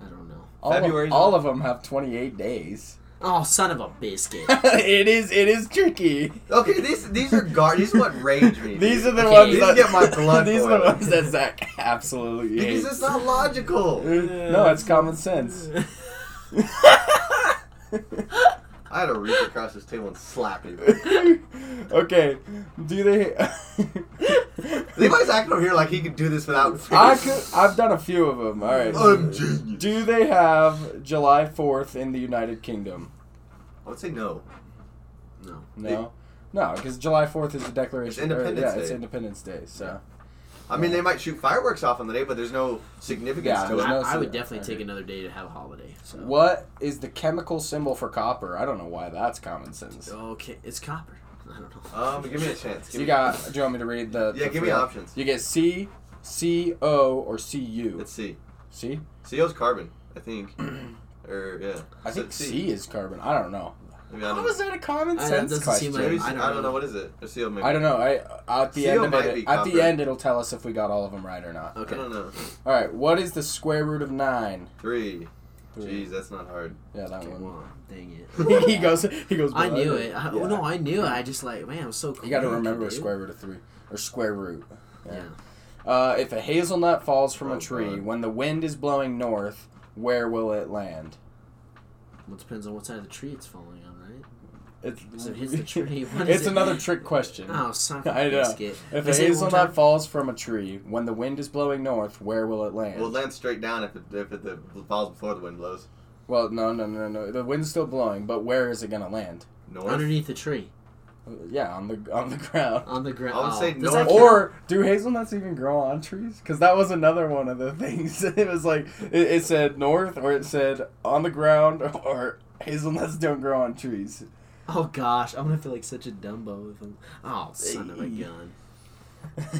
Speaker 1: that. I don't know.
Speaker 2: All
Speaker 3: February's
Speaker 2: Of, all of them have twenty-eight days.
Speaker 1: Oh, son of a biscuit.
Speaker 2: it is. It is tricky.
Speaker 3: Okay, these these are gar. These are what rage me.
Speaker 2: These are the
Speaker 1: Okay,
Speaker 2: ones
Speaker 1: these
Speaker 2: that
Speaker 3: get my blood
Speaker 2: These are the
Speaker 3: boiling.
Speaker 2: ones that Zach absolutely hates. Uh,
Speaker 3: because it's not logical.
Speaker 2: no, it's common sense.
Speaker 3: I had to reach across this table and slap you.
Speaker 2: okay, do they?
Speaker 3: Levi's acting over here like he could do this without.
Speaker 2: I could, I've done a few of them. All right.
Speaker 3: I'm genius.
Speaker 2: Do they have July Fourth in the United Kingdom?
Speaker 3: I would say no.
Speaker 1: no.
Speaker 2: No, no, because July Fourth is the Declaration.
Speaker 3: It's
Speaker 2: or,
Speaker 3: Independence
Speaker 2: yeah, it's
Speaker 3: Day.
Speaker 2: Independence Day. So
Speaker 3: I mean, they might shoot fireworks off on the day, but there's no significance
Speaker 2: Yeah,
Speaker 3: to
Speaker 2: there's
Speaker 3: it.
Speaker 1: I,
Speaker 2: no
Speaker 1: I would
Speaker 2: cigarette.
Speaker 1: definitely
Speaker 2: Okay.
Speaker 1: take another day to have a holiday. So.
Speaker 2: what is the chemical symbol for copper? I don't know why that's common sense.
Speaker 1: Okay, it's copper. I don't know.
Speaker 3: Um, give me a chance. Give
Speaker 2: You
Speaker 3: me-
Speaker 2: got? Do you want me to read the?
Speaker 3: Yeah,
Speaker 2: the
Speaker 3: give me
Speaker 2: three?
Speaker 3: options.
Speaker 2: You get C, C O, or C U.
Speaker 3: Let's see.
Speaker 2: C.
Speaker 3: CO's carbon, I think. or yeah.
Speaker 2: I
Speaker 3: So
Speaker 2: think
Speaker 3: C.
Speaker 2: C is carbon. I don't know.
Speaker 3: I mean, I don't
Speaker 2: How
Speaker 3: know.
Speaker 2: is that a common
Speaker 1: I- that
Speaker 2: sense
Speaker 1: doesn't
Speaker 2: question?
Speaker 1: seem
Speaker 3: Maybe
Speaker 1: like-
Speaker 3: I
Speaker 1: I
Speaker 3: don't,
Speaker 1: don't
Speaker 3: know.
Speaker 1: know.
Speaker 3: what is it. Or CO maybe.
Speaker 2: I don't know. I at the
Speaker 3: CO
Speaker 2: end of
Speaker 3: might
Speaker 2: it,
Speaker 3: be
Speaker 2: at
Speaker 3: copper.
Speaker 2: the end, it'll tell us if we got all of them right or not.
Speaker 3: I
Speaker 1: Okay.
Speaker 3: don't know.
Speaker 2: All right. What is the square root of nine?
Speaker 3: Three.
Speaker 2: Three.
Speaker 3: Jeez, that's not hard.
Speaker 2: Yeah, that
Speaker 1: Okay,
Speaker 2: one.
Speaker 1: well, dang
Speaker 2: he,
Speaker 1: it.
Speaker 2: he goes. He goes.
Speaker 1: I
Speaker 2: "Well,
Speaker 1: knew
Speaker 2: don't-"
Speaker 1: it. I,
Speaker 2: Yeah.
Speaker 1: oh, no, I knew it. I just like, man, I'm so cool.
Speaker 2: You got to remember square root of three or square root.
Speaker 1: Yeah.
Speaker 2: Uh, if a hazelnut falls from
Speaker 3: Oh,
Speaker 2: a tree,
Speaker 3: God.
Speaker 2: when the wind is blowing north, where will it land?
Speaker 1: Well, it depends on what side of the tree it's falling on, right?
Speaker 2: It's,
Speaker 1: So it is the tree. What is
Speaker 2: it's
Speaker 1: it?
Speaker 2: another trick question.
Speaker 1: Oh, son of a
Speaker 2: I know.
Speaker 1: biscuit.
Speaker 2: If
Speaker 1: Is
Speaker 2: a
Speaker 1: it one
Speaker 2: hazelnut
Speaker 1: time-
Speaker 2: falls from a tree, when the wind is blowing north, where will it land?
Speaker 3: Well, it lands straight down if it, if it the, falls before the wind blows.
Speaker 2: Well, no, no, no, no. The wind's still blowing, but where is it gonna land?
Speaker 3: North.
Speaker 1: underneath the tree
Speaker 2: Yeah, on the on the ground.
Speaker 1: on the ground.
Speaker 3: I would
Speaker 1: oh,
Speaker 3: say
Speaker 1: does
Speaker 3: no.
Speaker 1: that count?
Speaker 2: Or do hazelnuts even grow on trees? Because that was another one of the things. it was like it, it said north, or it said on the ground, or hazelnuts don't grow on trees.
Speaker 1: Oh gosh, I'm gonna feel like such a Dumbo with him. Oh, son of a
Speaker 2: Hey.
Speaker 1: gun.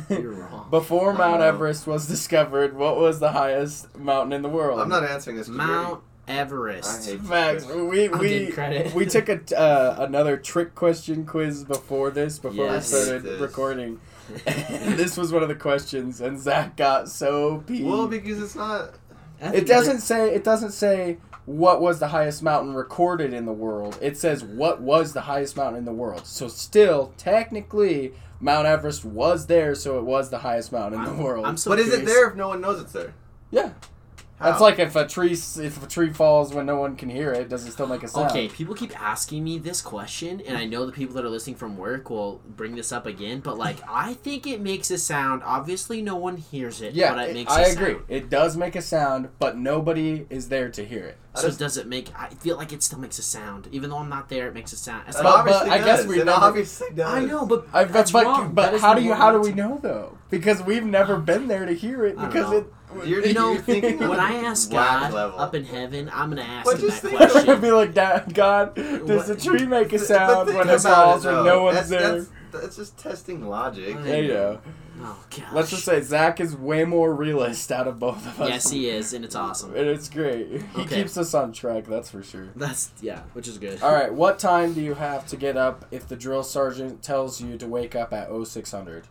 Speaker 1: You're wrong.
Speaker 2: Before
Speaker 3: I
Speaker 2: Mount
Speaker 3: know.
Speaker 2: Everest was discovered, what was the highest mountain in the world?
Speaker 3: I'm not answering this. 'cause we already-
Speaker 1: Mount Everest.
Speaker 3: I hate-
Speaker 2: Facts. We
Speaker 1: I'm
Speaker 2: we
Speaker 1: getting credit.
Speaker 2: we took a t- uh, another trick question quiz before this before
Speaker 1: Yes.
Speaker 2: we started
Speaker 3: Yes.
Speaker 2: recording. this was one of the questions, and Zach got so peeved.
Speaker 3: Well, because it's not.
Speaker 1: I think
Speaker 2: it doesn't say it doesn't say what was the highest mountain recorded in the world. It says what was the highest mountain in the world. So still, technically, Mount Everest was there, so it was the highest mountain in
Speaker 1: I'm,
Speaker 2: the world.
Speaker 1: I'm so
Speaker 3: But is it
Speaker 1: curious.
Speaker 3: there if no one knows it's there?
Speaker 2: yeah,
Speaker 3: How?
Speaker 2: that's like if a tree s- if a tree falls when no one can hear it, does it still make a sound?
Speaker 1: Okay, people keep asking me this question, and I know the people that are listening from work will bring this up again. But like, I think it makes a sound. Obviously, no one hears it.
Speaker 2: Yeah,
Speaker 1: but
Speaker 2: it-
Speaker 1: it makes.
Speaker 2: I
Speaker 1: a
Speaker 2: agree.
Speaker 1: sound.
Speaker 2: It does make a sound, but nobody is there to hear it.
Speaker 3: I
Speaker 1: So
Speaker 3: just-
Speaker 1: does it make? I feel like it still makes a sound, even though I'm not there. It makes a sound. It's
Speaker 3: It
Speaker 2: But-
Speaker 1: like-
Speaker 3: obviously
Speaker 2: I guess
Speaker 3: does.
Speaker 2: we
Speaker 3: It
Speaker 2: never-
Speaker 3: obviously does.
Speaker 1: I know, but
Speaker 2: I,
Speaker 1: that's
Speaker 2: but
Speaker 1: wrong.
Speaker 2: but
Speaker 1: That is
Speaker 2: how
Speaker 1: the
Speaker 2: do you
Speaker 1: wrong
Speaker 2: how do
Speaker 1: way
Speaker 2: we
Speaker 1: to-
Speaker 2: know though? Because we've never been there to hear it.
Speaker 1: I don't
Speaker 2: Because
Speaker 1: know.
Speaker 2: it
Speaker 3: You're-
Speaker 1: You know,
Speaker 3: You're thinking
Speaker 1: when
Speaker 3: on
Speaker 1: I
Speaker 3: a
Speaker 1: ask
Speaker 3: whack
Speaker 1: God
Speaker 3: level.
Speaker 1: up in heaven, I'm gonna ask
Speaker 3: But
Speaker 1: him
Speaker 3: just
Speaker 1: that
Speaker 3: think-
Speaker 2: would
Speaker 1: question.
Speaker 2: be like, "Dad, God, does the
Speaker 1: What-
Speaker 2: tree make a
Speaker 3: Th-
Speaker 2: sound
Speaker 3: but think
Speaker 2: when it
Speaker 3: about
Speaker 2: falls when
Speaker 1: uh,
Speaker 3: though.
Speaker 2: no one's
Speaker 3: that's,
Speaker 2: there?
Speaker 3: That's, that's just testing logic.
Speaker 1: Right.
Speaker 2: There you go.
Speaker 1: oh gosh.
Speaker 2: Let's just say Zach is way more realist out of both of us.
Speaker 1: yes, he is, and it's awesome.
Speaker 2: And it's great. He
Speaker 1: Okay.
Speaker 2: keeps us on track, that's for sure.
Speaker 1: That's yeah, which is good.
Speaker 2: All right, what time do you have to get up if the drill sergeant tells you to wake up at 0600?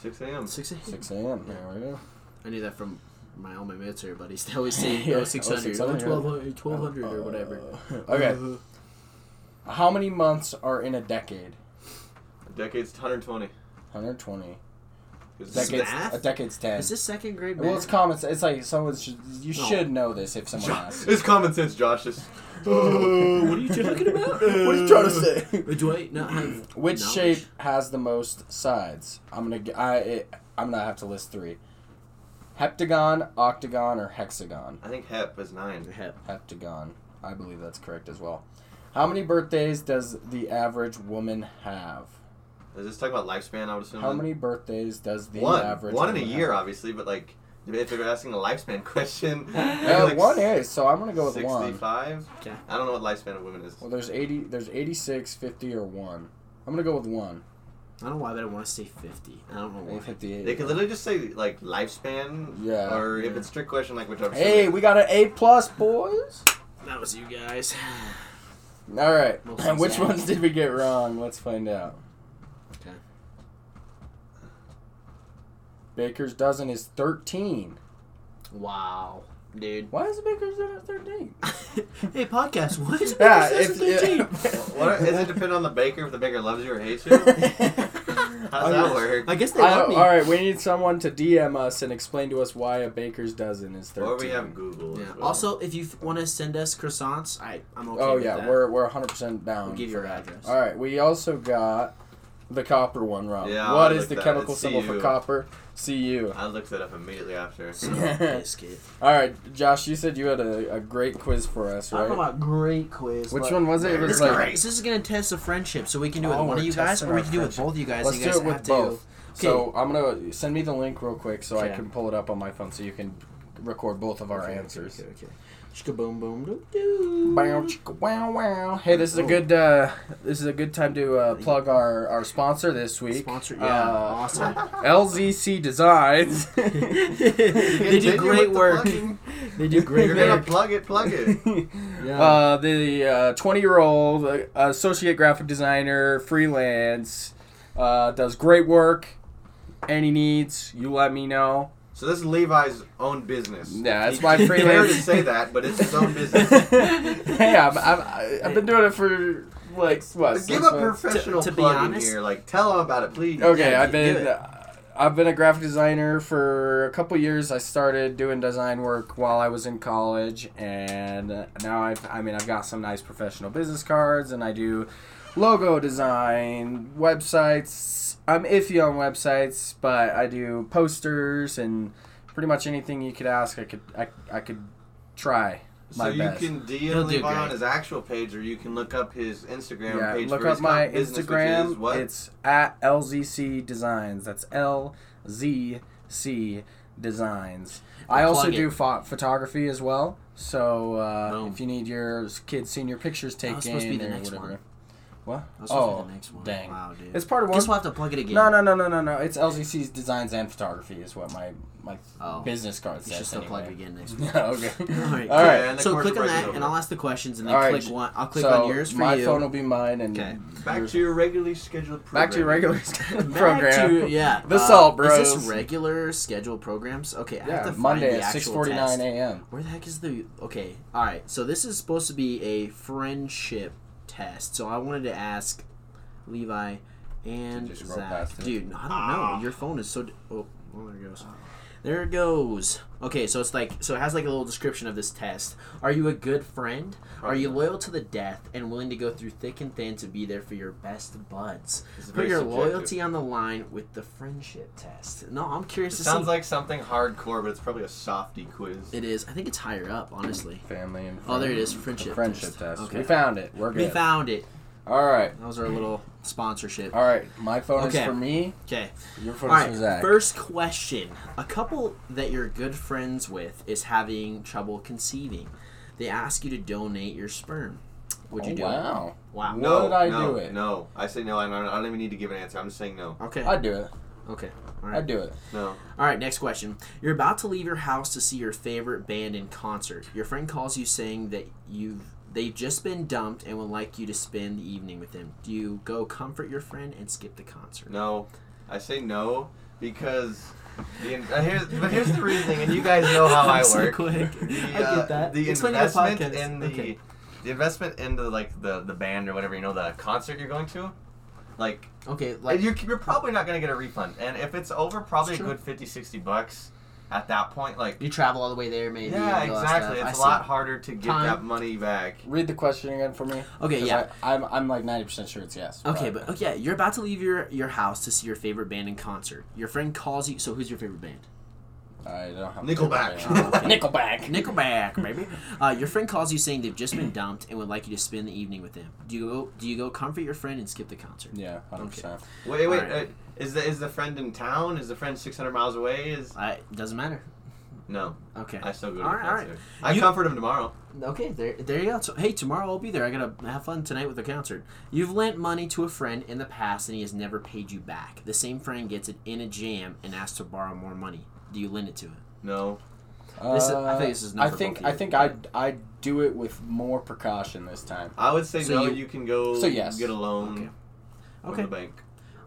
Speaker 3: 6 a.m.
Speaker 1: Six eight.
Speaker 2: 6 a.m. There we go.
Speaker 1: I knew that from my all my mates here, buddies. They always say
Speaker 2: Yeah,
Speaker 1: 0600,
Speaker 2: 0600,
Speaker 1: 1200, 1200 or whatever.
Speaker 2: Uh, okay,
Speaker 1: Uh,
Speaker 2: how many months are in a decade?
Speaker 3: A decade's 120.
Speaker 2: 120.
Speaker 3: Is
Speaker 1: This
Speaker 2: Decades,
Speaker 1: math?
Speaker 2: a decade's 10.
Speaker 1: Uh, is this second grade math?
Speaker 2: Well, it's common. sense. It's like someone should. You
Speaker 1: No.
Speaker 2: should know this if someone asks.
Speaker 3: It's common sense, Josh. Just,
Speaker 1: what are you talking about?
Speaker 2: say?
Speaker 1: Uh, Do I not have
Speaker 2: Which
Speaker 1: knowledge?
Speaker 2: shape has the most sides? I'm gonna. g- I. It, I'm gonna have to list three: heptagon, octagon, or hexagon.
Speaker 3: I think HEP is 9.
Speaker 1: Hep.
Speaker 2: Heptagon. I believe that's correct as well. How many birthdays does the average woman have?
Speaker 3: Is this talking about lifespan, I would assume?
Speaker 2: How many birthdays does the
Speaker 3: One.
Speaker 2: average
Speaker 3: One in a
Speaker 2: woman
Speaker 3: year,
Speaker 2: have?
Speaker 3: obviously, but like, if you're asking a lifespan question,
Speaker 2: Uh,
Speaker 3: maybe like
Speaker 2: one is. So I'm gonna go with one.
Speaker 3: 65?
Speaker 1: Okay.
Speaker 3: I don't know what lifespan of women is.
Speaker 2: Well, there's 80. There's 86, 50, or one. I'm gonna go with one.
Speaker 1: I don't know why, but I want to say 50. I don't know
Speaker 2: Maybe
Speaker 1: why.
Speaker 2: 58.
Speaker 3: They could literally just say like lifespan,
Speaker 2: Yeah.
Speaker 3: or if
Speaker 1: Yeah.
Speaker 3: it's trick question, like whichever.
Speaker 2: Hey, we got an A plus, boys.
Speaker 1: That was you guys.
Speaker 2: All right.
Speaker 1: Most of
Speaker 2: Which
Speaker 1: them.
Speaker 2: ones did we get wrong? Let's find out.
Speaker 1: Okay.
Speaker 2: Baker's dozen is thirteen.
Speaker 1: Wow. Dude.
Speaker 2: Why is Baker's dozen thirteen?
Speaker 1: hey, podcast, what is
Speaker 2: Yeah,
Speaker 1: this
Speaker 2: it's
Speaker 1: is 13?
Speaker 3: what does it depend on the baker if the baker loves you or hates you? How's
Speaker 2: Oh,
Speaker 3: that work?
Speaker 1: I guess they
Speaker 2: I
Speaker 1: love
Speaker 2: don't-
Speaker 1: me.
Speaker 2: all right, we need someone to DM us and explain to us why a baker's dozen is thirteen.
Speaker 3: Or we have Google.
Speaker 1: Yeah.
Speaker 3: as well.
Speaker 1: Also, if you want to send us croissants, I, I'm okay
Speaker 2: oh
Speaker 1: with
Speaker 2: yeah,
Speaker 1: that.
Speaker 2: we're we're 100 percent down.
Speaker 1: We'll give you
Speaker 2: for
Speaker 1: our
Speaker 2: that.
Speaker 1: address.
Speaker 2: All right, we also got the copper one wrong.
Speaker 3: Yeah,
Speaker 2: what
Speaker 3: I
Speaker 2: is
Speaker 3: like
Speaker 2: the
Speaker 3: that.
Speaker 2: chemical
Speaker 3: It's
Speaker 2: symbol for
Speaker 3: Cu.
Speaker 2: copper? Cu.
Speaker 3: I looked it up immediately after.
Speaker 1: Son of a biscuit.
Speaker 2: All right, Josh, you said you had a, a great quiz for us,
Speaker 1: I don't know
Speaker 2: right?
Speaker 1: about great quiz.
Speaker 2: Which
Speaker 1: but-
Speaker 2: one was it? It
Speaker 1: This
Speaker 2: was
Speaker 1: is,
Speaker 2: like
Speaker 1: great. This is gonna test the friendship, so we can do it with
Speaker 2: Oh,
Speaker 1: one
Speaker 2: we're
Speaker 1: of you guys,
Speaker 2: testing
Speaker 1: or we
Speaker 2: our
Speaker 1: can do it with
Speaker 2: friendship.
Speaker 1: both of you guys.
Speaker 2: Let's
Speaker 1: you guys
Speaker 2: do it with
Speaker 1: have
Speaker 2: both.
Speaker 1: To,
Speaker 2: So I'm gonna send me the link real quick so I
Speaker 1: Okay.
Speaker 2: can pull it up on my phone so you can record both of our
Speaker 1: Okay, okay,
Speaker 2: answers.
Speaker 1: Okay, okay. Shkaboom, boom, doo, doo.
Speaker 2: Bow, chicka, wow, wow. Hey, this is a good uh, this is a good time to uh, plug our, our sponsor this week.
Speaker 1: Sponsor, yeah,
Speaker 2: Uh,
Speaker 1: awesome.
Speaker 2: LZC Designs.
Speaker 1: they do
Speaker 3: Continue
Speaker 1: great
Speaker 3: with the
Speaker 1: work.
Speaker 3: plugging.
Speaker 1: They do great
Speaker 3: You're gonna
Speaker 1: work.
Speaker 3: plug it, plug it.
Speaker 1: Yeah.
Speaker 2: Uh, the twenty-year-old uh, associate graphic designer, freelance, uh, does great work. Any needs, you let me know.
Speaker 3: So this is Levi's own business.
Speaker 2: Yeah, that's
Speaker 3: He-
Speaker 2: my
Speaker 3: he dare to
Speaker 2: freelance-
Speaker 3: say that, but it's his own business.
Speaker 2: hey, I'm, I'm, I- I've been doing it for like what? uh,
Speaker 3: Give
Speaker 2: six
Speaker 3: a
Speaker 2: months?
Speaker 3: professional
Speaker 1: to be
Speaker 3: plug in
Speaker 1: honest-
Speaker 3: here. Like, tell him about it, please.
Speaker 2: Okay,
Speaker 1: Yeah,
Speaker 2: I've
Speaker 1: do
Speaker 2: been.
Speaker 1: it.
Speaker 2: uh, I've been a graphic designer for a couple years. I started doing design work while I was in college, and uh, now I've I mean I've got some nice professional business cards, and I do logo design, websites. I'm iffy on websites, but I do posters and pretty much anything you could ask. I could I, I could try.
Speaker 3: So
Speaker 2: My
Speaker 3: you
Speaker 2: best.
Speaker 3: can
Speaker 1: He'll
Speaker 3: DM
Speaker 1: do
Speaker 3: Levon on
Speaker 1: great.
Speaker 3: his actual page, or you can look up his Instagram
Speaker 2: Yeah,
Speaker 3: page.
Speaker 2: look
Speaker 3: for
Speaker 2: up
Speaker 3: his
Speaker 2: my
Speaker 3: comp business, which
Speaker 2: Instagram.
Speaker 3: is what?
Speaker 2: It's at LZC Designs. That's L Z C Designs. I
Speaker 1: Plug
Speaker 2: also
Speaker 1: it.
Speaker 2: do pho- photography as well. So uh,
Speaker 1: Boom.
Speaker 2: if you need your s- kids' senior pictures taken,
Speaker 1: was supposed to be the
Speaker 2: or
Speaker 1: next
Speaker 2: whatever.
Speaker 1: one.
Speaker 2: What?
Speaker 1: That was supposed to
Speaker 2: Oh,
Speaker 1: be the next one.
Speaker 2: dang.
Speaker 1: Wow, dude.
Speaker 2: it's part of one.
Speaker 1: Guess we'll have to plug it again.
Speaker 2: No, no, no, no, no, no. It's LZC's Designs and Photography is what my my
Speaker 1: Oh.
Speaker 2: business card
Speaker 1: You should
Speaker 2: says.
Speaker 1: still plug
Speaker 2: Anyway.
Speaker 1: again next week.
Speaker 2: okay.
Speaker 1: All right.
Speaker 2: All right.
Speaker 3: And the
Speaker 1: So click on
Speaker 3: corporate
Speaker 1: that,
Speaker 3: over.
Speaker 1: and I'll ask the questions, and then
Speaker 2: All right,
Speaker 1: click
Speaker 2: J-
Speaker 1: one. I'll click
Speaker 2: so
Speaker 1: on yours for
Speaker 2: my
Speaker 1: you.
Speaker 2: phone will be mine, and
Speaker 1: Okay.
Speaker 3: Back to your regularly scheduled program.
Speaker 2: back to your regular program.
Speaker 1: Back to- yeah. uh,
Speaker 2: The Salt
Speaker 1: Is this
Speaker 2: Bros.
Speaker 1: regular scheduled programs? Okay, I have to
Speaker 2: Yeah,
Speaker 1: find
Speaker 2: Monday
Speaker 1: the
Speaker 2: at six
Speaker 1: actual
Speaker 2: forty
Speaker 1: test.
Speaker 2: nine a.m.
Speaker 1: Where the heck is the okay? All right, so this is supposed to be a friendship test. So I wanted to ask Levi and
Speaker 2: Did you just roll
Speaker 1: Zach,
Speaker 2: past it?
Speaker 1: dude. I don't
Speaker 3: Ah.
Speaker 1: know. Your phone is so. d- Oh, oh, there it goes. There it goes. Okay, so it's like so it has like a little description of this test. Are you a good friend? Are you loyal to the death and willing to go through thick and thin to be there for your best buds?
Speaker 3: It's
Speaker 1: Put
Speaker 3: very
Speaker 1: your
Speaker 3: subjective.
Speaker 1: loyalty on the line with the friendship test. No, I'm
Speaker 3: It
Speaker 1: curious to
Speaker 3: sounds
Speaker 1: see.
Speaker 3: like something hardcore, but it's probably a softy quiz.
Speaker 1: it is. I think it's higher up, honestly.
Speaker 2: Family and
Speaker 1: Oh, there it is.
Speaker 2: friends.
Speaker 1: Friendship.
Speaker 2: The friendship
Speaker 1: test.
Speaker 2: test.
Speaker 1: Okay.
Speaker 2: We found it. We're
Speaker 1: We
Speaker 2: good.
Speaker 1: found it.
Speaker 2: All right.
Speaker 1: That was our little sponsorship.
Speaker 2: All right. My phone
Speaker 1: Okay.
Speaker 2: is for me.
Speaker 1: Okay.
Speaker 2: Your phone
Speaker 1: All
Speaker 2: is
Speaker 1: right.
Speaker 2: for Zach.
Speaker 1: First question: A couple that you're good friends with is having trouble conceiving. They ask you to donate your sperm. Would you
Speaker 2: Oh,
Speaker 1: do
Speaker 2: wow.
Speaker 1: it? Wow.
Speaker 2: No. Why did I
Speaker 3: no,
Speaker 2: do it?
Speaker 3: No, I say no. I don't, I don't even need to give an answer. I'm just saying no.
Speaker 1: Okay.
Speaker 2: I'd do it.
Speaker 1: okay. All right.
Speaker 2: I'd do it.
Speaker 3: No.
Speaker 1: All right, next question. You're about to leave your house to see your favorite band in concert. Your friend calls you saying that you've they've just been dumped and would like you to spend the evening with them. Do you go comfort your friend and skip the concert?
Speaker 3: No. I say no because. The in- uh, here's, but here's the reasoning, and you guys know how
Speaker 1: I'm
Speaker 3: I
Speaker 1: so
Speaker 3: work.
Speaker 1: quick.
Speaker 3: The,
Speaker 1: I
Speaker 3: uh,
Speaker 1: get that.
Speaker 3: The
Speaker 1: Explain it on the
Speaker 3: investment
Speaker 1: podcast.
Speaker 3: in the
Speaker 1: Okay.
Speaker 3: the investment into like the the band or whatever you know the concert you're going to, like
Speaker 1: Okay,
Speaker 3: like
Speaker 1: like
Speaker 3: you're, you're probably not gonna get a refund. And if it's over, probably a
Speaker 1: It's true.
Speaker 3: good 50, 60 bucks at that point. Like
Speaker 1: you travel all the way there, maybe.
Speaker 3: yeah,
Speaker 1: and all that
Speaker 3: exactly.
Speaker 1: stuff.
Speaker 3: It's
Speaker 1: I
Speaker 3: a
Speaker 1: see.
Speaker 3: lot harder to get
Speaker 1: Time.
Speaker 3: that money back.
Speaker 2: Read the question again for me.
Speaker 1: Okay,
Speaker 2: 'cause
Speaker 1: yeah.
Speaker 2: I, I'm I'm like ninety percent sure it's yes.
Speaker 1: Okay, but okay, you're about to leave your, your house to see your favorite band in concert. Your friend calls you. So who's your favorite band?
Speaker 2: I don't have
Speaker 3: Nickelback.
Speaker 2: Nickelback.
Speaker 1: Nickelback, baby. Uh, your friend calls you saying they've just been dumped and would like you to spend the evening with them. Do you go? Do you go comfort your friend and skip the concert?
Speaker 2: Yeah, hundred percent.
Speaker 3: Wait, wait.
Speaker 1: Alright.
Speaker 3: Uh, is the is the friend in town? Is the friend six hundred miles away? Is
Speaker 1: I, doesn't matter.
Speaker 3: no.
Speaker 1: Okay.
Speaker 3: I still go to
Speaker 1: Alright,
Speaker 3: the
Speaker 1: alright.
Speaker 3: concert. I
Speaker 1: You-
Speaker 3: comfort him tomorrow.
Speaker 1: Okay, there, there you go. So, hey, tomorrow I'll be there. I gotta have fun tonight with the concert. You've lent money to a friend in the past and he has never paid you back. The same friend gets it in a jam and asks to borrow more money. Do you lend it to him?
Speaker 3: No.
Speaker 1: This is- I think this is not
Speaker 2: Uh, I
Speaker 1: for
Speaker 2: think
Speaker 1: both of
Speaker 2: I
Speaker 1: you.
Speaker 2: think I I do it with more precaution this time.
Speaker 3: I would say
Speaker 1: So
Speaker 3: no.
Speaker 1: you-
Speaker 3: You, can go.
Speaker 2: So yes.
Speaker 3: Get a loan
Speaker 1: Okay.
Speaker 3: from
Speaker 1: Okay.
Speaker 3: the bank.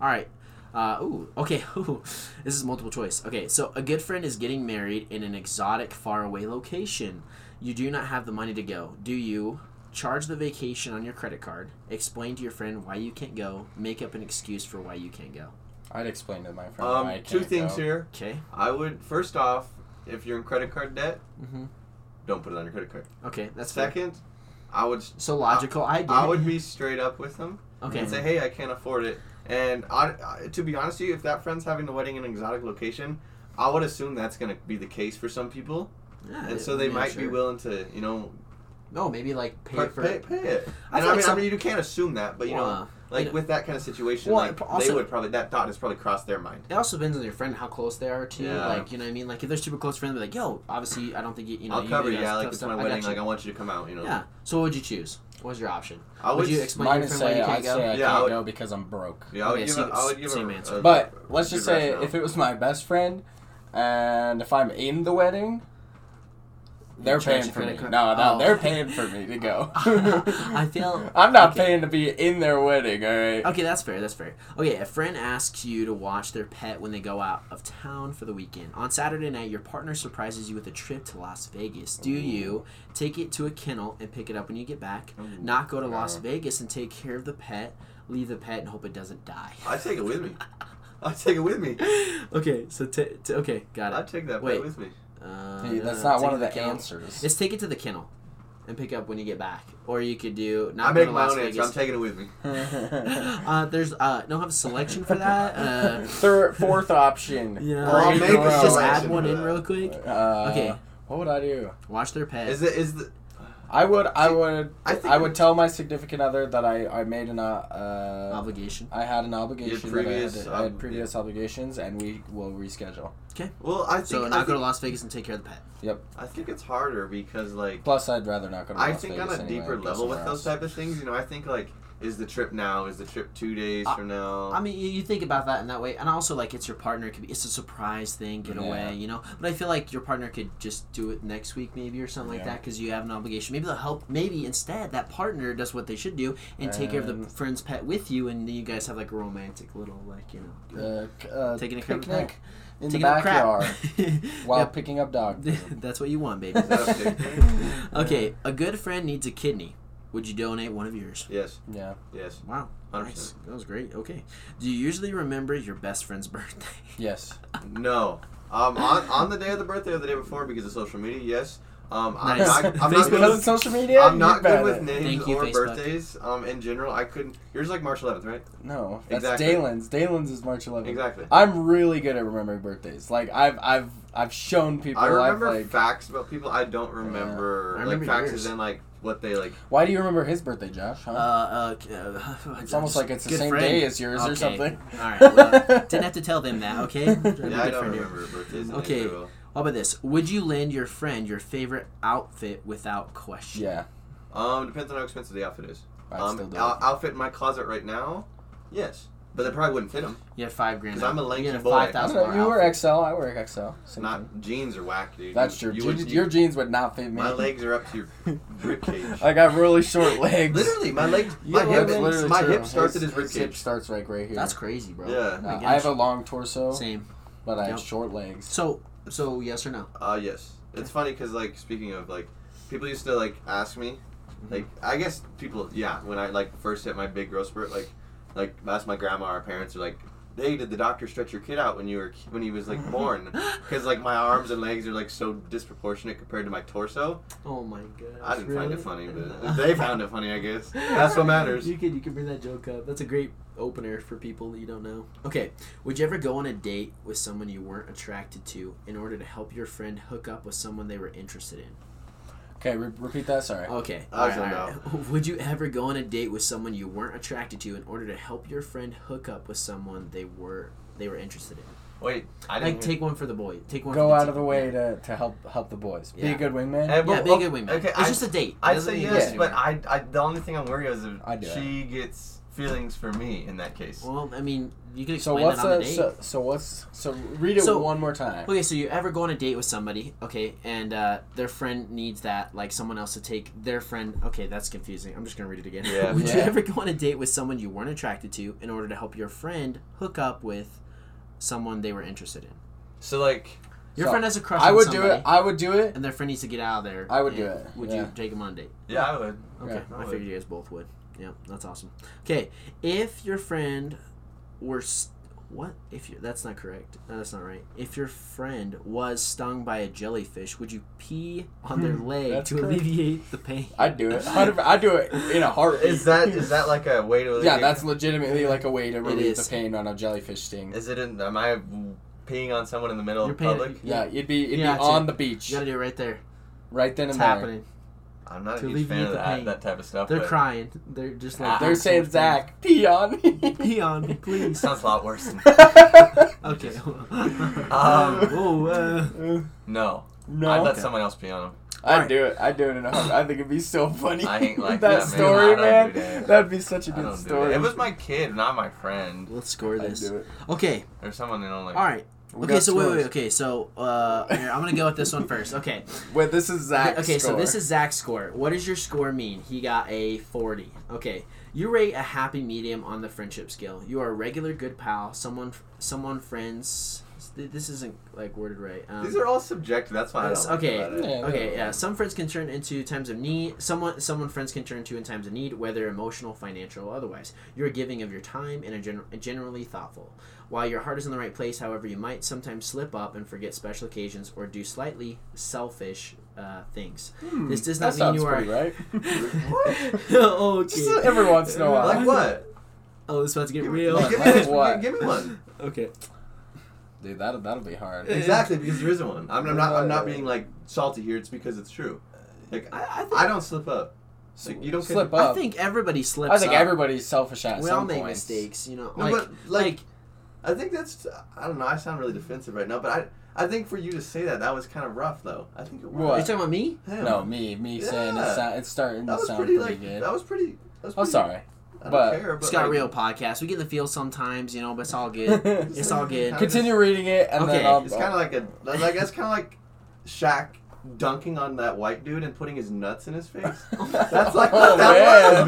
Speaker 1: All right. Uh, ooh, okay. Ooh, this is multiple choice. Okay, so a good friend is getting married in an exotic, faraway location. You do not have the money to go. Do you charge the vacation on your credit card? Explain to your friend why you can't go. Make up an excuse for why you can't go.
Speaker 2: I'd explain to my friend
Speaker 3: Um,
Speaker 2: why I can't
Speaker 3: two things
Speaker 2: go.
Speaker 3: here.
Speaker 1: Okay.
Speaker 3: I would first off, if you're in credit card debt,
Speaker 1: Mhm.
Speaker 3: don't put it on your credit card.
Speaker 1: Okay, that's fair.
Speaker 3: Second, I would s-
Speaker 1: So logical. I,
Speaker 3: I would be straight up with them
Speaker 1: okay.
Speaker 3: and say, hey, I can't afford it. And I, I- to be honest with you, if that friend's having the wedding in an exotic location, I would assume that's going to be the case for some people,
Speaker 1: Yeah,
Speaker 3: and so they
Speaker 1: Uh, yeah,
Speaker 3: might be
Speaker 1: sure.
Speaker 3: willing to, you know,
Speaker 1: No, maybe like pay
Speaker 3: pay,
Speaker 1: for.
Speaker 3: pay, pay
Speaker 1: I
Speaker 3: it. And
Speaker 1: feel
Speaker 3: I,
Speaker 1: like
Speaker 3: mean,
Speaker 1: some-
Speaker 3: I mean, you can't assume that, but you know,
Speaker 1: Well,
Speaker 3: like
Speaker 1: know-
Speaker 3: with that kind of situation,
Speaker 1: Well,
Speaker 3: like
Speaker 1: but also-
Speaker 3: they would probably that thought has probably crossed their mind.
Speaker 1: It also depends on your friend how close they are to.
Speaker 3: Yeah.
Speaker 1: Like you know what I mean. Like if they're super close friends, they're like, yo, obviously I don't think you. you know,
Speaker 3: I'll cover
Speaker 1: you,
Speaker 3: you, yeah. Like
Speaker 1: tough
Speaker 3: it's
Speaker 1: stuff.
Speaker 3: my
Speaker 1: I got
Speaker 3: wedding,
Speaker 1: you.
Speaker 3: like I want you to come out, you know.
Speaker 1: Yeah. So what would you choose? What was your option?
Speaker 3: I would,
Speaker 1: Would you
Speaker 3: s-
Speaker 1: explain to
Speaker 2: Mine
Speaker 1: your
Speaker 2: is
Speaker 1: friend why
Speaker 2: say
Speaker 1: you
Speaker 2: I'd say
Speaker 1: can't go?
Speaker 2: I
Speaker 3: Yeah, I
Speaker 2: can't
Speaker 3: would-
Speaker 2: go because I'm broke.
Speaker 3: yeah, I would
Speaker 1: Okay,
Speaker 3: give
Speaker 1: so
Speaker 3: a, I would give
Speaker 1: same
Speaker 3: a,
Speaker 1: answer.
Speaker 3: a-
Speaker 2: But let's
Speaker 3: good
Speaker 2: just say
Speaker 3: rationale.
Speaker 2: if it was my best friend, and if I'm in the wedding, they're
Speaker 1: charge
Speaker 2: paying
Speaker 1: your
Speaker 2: for
Speaker 1: credit
Speaker 2: me.
Speaker 1: card.
Speaker 2: No, no,
Speaker 1: Oh.
Speaker 2: they're paying for me to go.
Speaker 1: I feel-
Speaker 2: I'm not
Speaker 1: okay.
Speaker 2: paying to be in their wedding. All right.
Speaker 1: Okay, that's fair. That's fair. Okay, a friend asks you to watch their pet when they go out of town for the weekend. On Saturday night, your partner surprises you with a trip to Las Vegas. Do you take it to a kennel and pick it up when you get back?
Speaker 3: Ooh,
Speaker 1: not go to Las
Speaker 2: no.
Speaker 1: Vegas and take care of the pet, leave the pet and hope it doesn't die.
Speaker 3: I'd take it with me. I'll take it with me.
Speaker 1: okay, so t- t- okay, got
Speaker 3: I'll
Speaker 1: it.
Speaker 3: take that
Speaker 1: Wait.
Speaker 3: Wait. with me.
Speaker 1: Uh,
Speaker 2: Hey, that's
Speaker 1: no,
Speaker 2: not
Speaker 1: take
Speaker 2: one
Speaker 1: it
Speaker 2: of
Speaker 1: to
Speaker 2: the
Speaker 1: kennel.
Speaker 2: answers.
Speaker 1: It's take it to the kennel, and pick up when you get back, or you could do
Speaker 3: I
Speaker 1: not go
Speaker 3: make
Speaker 1: to
Speaker 3: my
Speaker 1: Las
Speaker 3: own answer. I'm
Speaker 1: Vegas.
Speaker 3: taking it with me.
Speaker 1: uh, there's uh, don't have a selection for that. Uh,
Speaker 2: Third, fourth option.
Speaker 1: you know,
Speaker 3: I'll
Speaker 1: you
Speaker 3: make
Speaker 1: could
Speaker 3: a
Speaker 1: just add
Speaker 3: selection
Speaker 1: one
Speaker 3: for
Speaker 1: in
Speaker 3: that.
Speaker 1: real quick.
Speaker 2: Uh,
Speaker 1: Okay.
Speaker 2: What would I do?
Speaker 1: Watch their pet.
Speaker 3: Is it is the
Speaker 2: I would. I would.
Speaker 3: I
Speaker 2: I,
Speaker 3: think-
Speaker 2: would tell my significant other that I I made an uh, uh
Speaker 1: obligation?
Speaker 2: I had an obligation. that
Speaker 3: previous
Speaker 2: I, had, I had
Speaker 3: ob-
Speaker 2: previous obligations, and we will reschedule.
Speaker 3: well? I think
Speaker 1: So
Speaker 3: I,
Speaker 1: now go to
Speaker 3: think,
Speaker 1: Las Vegas and take care of the pet.
Speaker 3: I think it's harder because like
Speaker 2: Plus, I'd rather not go to.
Speaker 3: I
Speaker 2: Las
Speaker 3: think on
Speaker 2: Vegas
Speaker 3: a
Speaker 2: anyway,
Speaker 3: deeper
Speaker 2: I'd go
Speaker 3: level with
Speaker 2: somewhere
Speaker 3: those
Speaker 2: else.
Speaker 3: type of things. You know, I think like is the trip now? Is the trip two days
Speaker 1: I-
Speaker 3: from now?
Speaker 1: I mean, you, you think about that in that way, and also like it's your partner. It could be it's a surprise thing, get
Speaker 2: Yeah.
Speaker 1: away, you know. But I feel like your partner could just do it next week, maybe or something like
Speaker 2: Yeah.
Speaker 1: that, because you have an obligation. Maybe they'll help. Maybe instead that partner does what they should do and take care of the
Speaker 2: And-
Speaker 1: friend's pet with you, and then you guys have like a romantic little like you know
Speaker 2: Uh, c- uh,
Speaker 1: Taking a crap in the
Speaker 2: picnic in the
Speaker 1: taking a crap.
Speaker 2: backyard while
Speaker 1: Yep.
Speaker 2: picking up dog. food.
Speaker 1: That's what you want, baby. okay, a good friend needs a kidney. Would you donate one of yours?
Speaker 3: yes,
Speaker 2: yeah.
Speaker 3: yes,
Speaker 1: Wow,
Speaker 3: hundred
Speaker 1: nice. That was great. Okay, do you usually remember your best friend's birthday?
Speaker 2: Yes.
Speaker 3: percent. No, um, on, on the day of the birthday or the day before because of social media. Yes, um, I'm
Speaker 1: Nice.
Speaker 3: not. I'm
Speaker 1: Facebook.
Speaker 3: not
Speaker 2: because of
Speaker 3: good with,
Speaker 2: social media.
Speaker 3: I'm not
Speaker 2: You bet
Speaker 3: good with
Speaker 2: it.
Speaker 3: names
Speaker 1: Thank you,
Speaker 3: or
Speaker 1: Facebook.
Speaker 3: birthdays. Um, in general, I couldn't. Yours is like March 11th, right?
Speaker 2: No, that's
Speaker 3: Exactly.
Speaker 2: Dalen's. Dalen's is March 11th.
Speaker 3: Exactly.
Speaker 2: I'm really good at remembering birthdays. Like I've I've I've shown people.
Speaker 3: I
Speaker 2: I've,
Speaker 3: remember
Speaker 2: like,
Speaker 3: facts about people. I don't remember
Speaker 1: I
Speaker 3: like
Speaker 1: remember
Speaker 3: facts
Speaker 1: yours.
Speaker 3: as in like what they like.
Speaker 2: why do you remember his birthday, Josh? Huh?
Speaker 1: Uh, uh, uh,
Speaker 2: Oh. it's almost like it's the
Speaker 1: good
Speaker 2: same
Speaker 1: friend.
Speaker 2: day as yours
Speaker 1: Okay.
Speaker 2: or something.
Speaker 1: All right. Well, didn't have to tell them that, okay?
Speaker 2: Yeah,
Speaker 1: That'd be
Speaker 3: Yeah, I
Speaker 1: good
Speaker 3: don't
Speaker 1: for you.
Speaker 3: remember birthdays. and
Speaker 1: Okay.
Speaker 3: names very well.
Speaker 1: How about this? Would you lend your friend your favorite outfit without question?
Speaker 2: Yeah,
Speaker 3: Um, depends on how expensive the outfit is.
Speaker 2: I'd
Speaker 3: um,
Speaker 2: still do
Speaker 1: uh,
Speaker 3: out-
Speaker 2: it.
Speaker 3: outfit in my closet right now. Yes, but they probably wouldn't fit them.
Speaker 1: You have five grand.
Speaker 3: 'Cause I'm a lanky
Speaker 1: you get a
Speaker 3: boy.
Speaker 1: five
Speaker 2: I
Speaker 1: thousand
Speaker 2: don't know,
Speaker 1: dollar
Speaker 2: you
Speaker 1: outfit.
Speaker 2: wear XL. I wear XL. Same thing.
Speaker 3: Not jeans are whack, dude.
Speaker 2: That's
Speaker 3: You-
Speaker 2: true.
Speaker 3: you
Speaker 2: Je-
Speaker 3: would- you-
Speaker 2: your jeans would not fit me.
Speaker 3: My legs are up to your ribcage.
Speaker 2: I got really short legs.
Speaker 3: Literally, my legs,
Speaker 2: You
Speaker 3: my
Speaker 2: know,
Speaker 3: hip,
Speaker 2: that's literally
Speaker 3: my
Speaker 2: true.
Speaker 3: hip starts at
Speaker 2: His-
Speaker 3: his
Speaker 2: his hip
Speaker 3: ribcage.
Speaker 2: starts like right here.
Speaker 1: That's crazy, bro.
Speaker 3: Yeah.
Speaker 1: my
Speaker 2: Uh,
Speaker 1: gosh.
Speaker 2: I have a long torso,
Speaker 1: Same.
Speaker 2: but I have
Speaker 1: Yep.
Speaker 2: short legs.
Speaker 1: So, so yes or no?
Speaker 3: Uh, yes. It's funny because like speaking of like, people used to like ask me, like I guess people yeah when I like first hit my big growth spurt like, like that's my grandma or parents are like. Hey, did the doctor stretch your kid out when you were when he was like born? Because like my arms and legs are like so disproportionate compared to my torso.
Speaker 1: Oh my god.
Speaker 3: I didn't find it funny, but they found it funny, I guess. That's what matters.
Speaker 1: You can you can bring that joke up. That's a great opener for people that you don't know. Okay, would you ever go on a date with someone you weren't attracted to in order to help your friend hook up with someone they were interested in?
Speaker 2: Okay, re- repeat that. Sorry.
Speaker 1: Okay,
Speaker 3: I was
Speaker 1: alright,
Speaker 3: gonna
Speaker 1: alright. Would you ever go on a date with someone you weren't attracted to in order to help your friend hook up with someone they were they were interested in?
Speaker 3: Wait, I didn't
Speaker 1: Like take one for the boy. Take one.
Speaker 2: Go
Speaker 1: for the
Speaker 2: out of the
Speaker 1: team.
Speaker 2: way
Speaker 1: Yeah.
Speaker 2: to, to help help the boys. Be
Speaker 1: Yeah.
Speaker 2: a good wingman. Oh,
Speaker 3: Hey,
Speaker 1: Yeah,
Speaker 3: Well,
Speaker 1: big
Speaker 3: okay,
Speaker 1: wingman.
Speaker 3: okay,
Speaker 1: it's
Speaker 3: I-
Speaker 1: just a date.
Speaker 3: I'd
Speaker 1: Doesn't
Speaker 3: say
Speaker 1: mean it
Speaker 3: yes,
Speaker 1: goes
Speaker 3: but
Speaker 1: anywhere.
Speaker 3: I, I the only thing I'm worried is if
Speaker 2: I do
Speaker 3: she gets feelings for me in that case.
Speaker 1: Well, I mean, you can
Speaker 2: oh, so
Speaker 1: explain
Speaker 2: what's
Speaker 1: that on
Speaker 2: a,
Speaker 1: the date.
Speaker 2: so, so what's so read it
Speaker 1: So-
Speaker 2: one more time.
Speaker 1: Okay, so you ever go on a date with somebody, okay, and uh, their friend needs that, like someone else to take their friend. Okay, that's confusing. I'm just gonna read it again.
Speaker 3: Yeah.
Speaker 1: Would you
Speaker 2: Yeah.
Speaker 1: ever go on a date with someone you weren't attracted to in order to help your friend hook up with someone they were interested in?
Speaker 3: So like,
Speaker 1: Your
Speaker 2: So,
Speaker 1: friend has a crush.
Speaker 2: I
Speaker 1: on
Speaker 2: would
Speaker 1: somebody,
Speaker 2: do it. I would do it.
Speaker 1: and their friend needs to get out of there.
Speaker 2: I would
Speaker 1: and
Speaker 2: do it,
Speaker 1: Would
Speaker 2: yeah.
Speaker 1: you take them on a date?
Speaker 3: yeah, I would.
Speaker 1: Okay,
Speaker 2: Yeah,
Speaker 3: I
Speaker 1: I
Speaker 3: would.
Speaker 1: figured you guys both would. Yeah, that's awesome. Okay, if your friend were st- what? If you that's not correct. No, that's not right. If your friend was stung by a jellyfish, would you pee on their leg
Speaker 2: Hmm, that's
Speaker 1: to
Speaker 2: correct.
Speaker 1: alleviate the pain?
Speaker 2: I'd do it. I'd, I'd do it in a heartbeat.
Speaker 3: Is that is that like a way to?
Speaker 2: yeah, that's legitimately like a way to relieve the
Speaker 1: is.
Speaker 2: pain on a jellyfish sting.
Speaker 3: Is it? In, am I peeing on someone in the middle
Speaker 1: You're
Speaker 3: of
Speaker 1: paying-
Speaker 3: public?
Speaker 2: yeah, you'd be it'd
Speaker 1: Yeah,
Speaker 2: be
Speaker 1: it's
Speaker 2: on
Speaker 1: it.
Speaker 2: the beach
Speaker 1: You gotta do it right there.
Speaker 2: right then and
Speaker 1: It's
Speaker 2: there.
Speaker 1: happening.
Speaker 3: I'm not
Speaker 1: To
Speaker 3: a huge fan
Speaker 1: alleviate
Speaker 3: of
Speaker 1: the
Speaker 3: that,
Speaker 1: pain.
Speaker 3: that type of stuff.
Speaker 1: They're
Speaker 3: but
Speaker 1: crying. They're just like
Speaker 2: Ah, They're
Speaker 1: so much
Speaker 2: saying
Speaker 1: pain.
Speaker 2: Zach, pee on me.
Speaker 1: Pee on me,
Speaker 3: it
Speaker 1: please.
Speaker 3: Sounds a lot worse. Than
Speaker 1: Okay. um,
Speaker 3: Um,
Speaker 1: Whoa. Uh,
Speaker 3: no,
Speaker 2: no,
Speaker 3: I'd let
Speaker 1: Okay.
Speaker 3: someone else pee on them.
Speaker 2: I'd
Speaker 1: Alright.
Speaker 2: do it. I'd do it in a heart. I think it'd be so funny.
Speaker 3: I ain't like
Speaker 2: that,
Speaker 3: that, man.
Speaker 2: story,
Speaker 3: I don't
Speaker 2: man.
Speaker 3: do that.
Speaker 2: That'd be such a
Speaker 3: I don't
Speaker 2: good
Speaker 3: do
Speaker 2: story.
Speaker 3: that. It was my kid, not my friend,
Speaker 1: let's score
Speaker 2: I'd
Speaker 1: this.
Speaker 2: do it.
Speaker 1: Okay.
Speaker 3: or someone they don't like.
Speaker 1: All right.
Speaker 2: We
Speaker 1: okay.
Speaker 2: got
Speaker 1: So wait, wait.
Speaker 2: scores.
Speaker 1: Okay. So uh, here, I'm gonna go with this one first. Okay.
Speaker 2: Wait, this is Zach.
Speaker 1: okay, so this is Zach's score. What does your score mean? He got a 40. Okay. You rate a happy medium on the friendship scale. You are a regular good pal, someone someone friends This isn't like worded right. Um,
Speaker 3: These are all subjective. That's why I
Speaker 1: Yes,
Speaker 3: don't like
Speaker 1: okay.
Speaker 3: about it.
Speaker 2: Yeah.
Speaker 1: Okay, yeah. Some friends can turn into times of need. Someone, someone friends can turn to in times of need, whether emotional, financial, or otherwise. You're giving of your time and are gen- generally thoughtful. While your heart is in the right place, however, you might sometimes slip up and forget special occasions or do slightly selfish uh, things. this does
Speaker 2: Hmm, That
Speaker 1: not mean
Speaker 2: sounds
Speaker 1: you are.
Speaker 2: pretty right.
Speaker 1: oh,
Speaker 2: Just every once in a while.
Speaker 3: Like what?
Speaker 1: oh, it's about to get
Speaker 3: Give me,
Speaker 1: real.
Speaker 3: give, me,
Speaker 2: Like what?
Speaker 3: give me one.
Speaker 1: okay.
Speaker 2: Dude, that that'll be hard.
Speaker 3: Exactly, because there isn't one. I'm, I'm not. I'm not being like salty here. It's because it's true. Like I, I, think- I don't slip up. So you don't
Speaker 2: slip
Speaker 3: get,
Speaker 1: I
Speaker 2: up.
Speaker 1: think everybody slips.
Speaker 2: I think
Speaker 1: up.
Speaker 2: everybody's selfish at
Speaker 1: We
Speaker 2: some
Speaker 1: all make
Speaker 2: point.
Speaker 1: mistakes, you know.
Speaker 3: No,
Speaker 1: like,
Speaker 3: but, like-
Speaker 1: like
Speaker 3: I think that's. I don't know. I sound really defensive right now, but I. I think for you to say that, that was kind of rough, though. I think it
Speaker 1: Are you
Speaker 3: was.
Speaker 2: What?
Speaker 1: talking about me?
Speaker 3: Damn.
Speaker 2: No, me, me saying
Speaker 3: Yeah.
Speaker 2: it's, sound, it's starting
Speaker 3: That
Speaker 2: to
Speaker 3: was
Speaker 2: sound
Speaker 3: pretty,
Speaker 2: pretty,
Speaker 3: like
Speaker 2: good.
Speaker 3: that was pretty. That was
Speaker 2: I'm
Speaker 3: pretty,
Speaker 2: sorry.
Speaker 3: I don't
Speaker 2: but-
Speaker 3: care, but
Speaker 1: It's got
Speaker 3: like,
Speaker 1: real podcast. We get in the field sometimes, you know, but it's all good. It's all good.
Speaker 2: Continue reading it, and
Speaker 1: Okay.
Speaker 2: then I'll.
Speaker 3: It's kind of like a like that's kind of like Shaq dunking on that white dude and putting his nuts in his face. That's like what
Speaker 2: Oh,
Speaker 3: that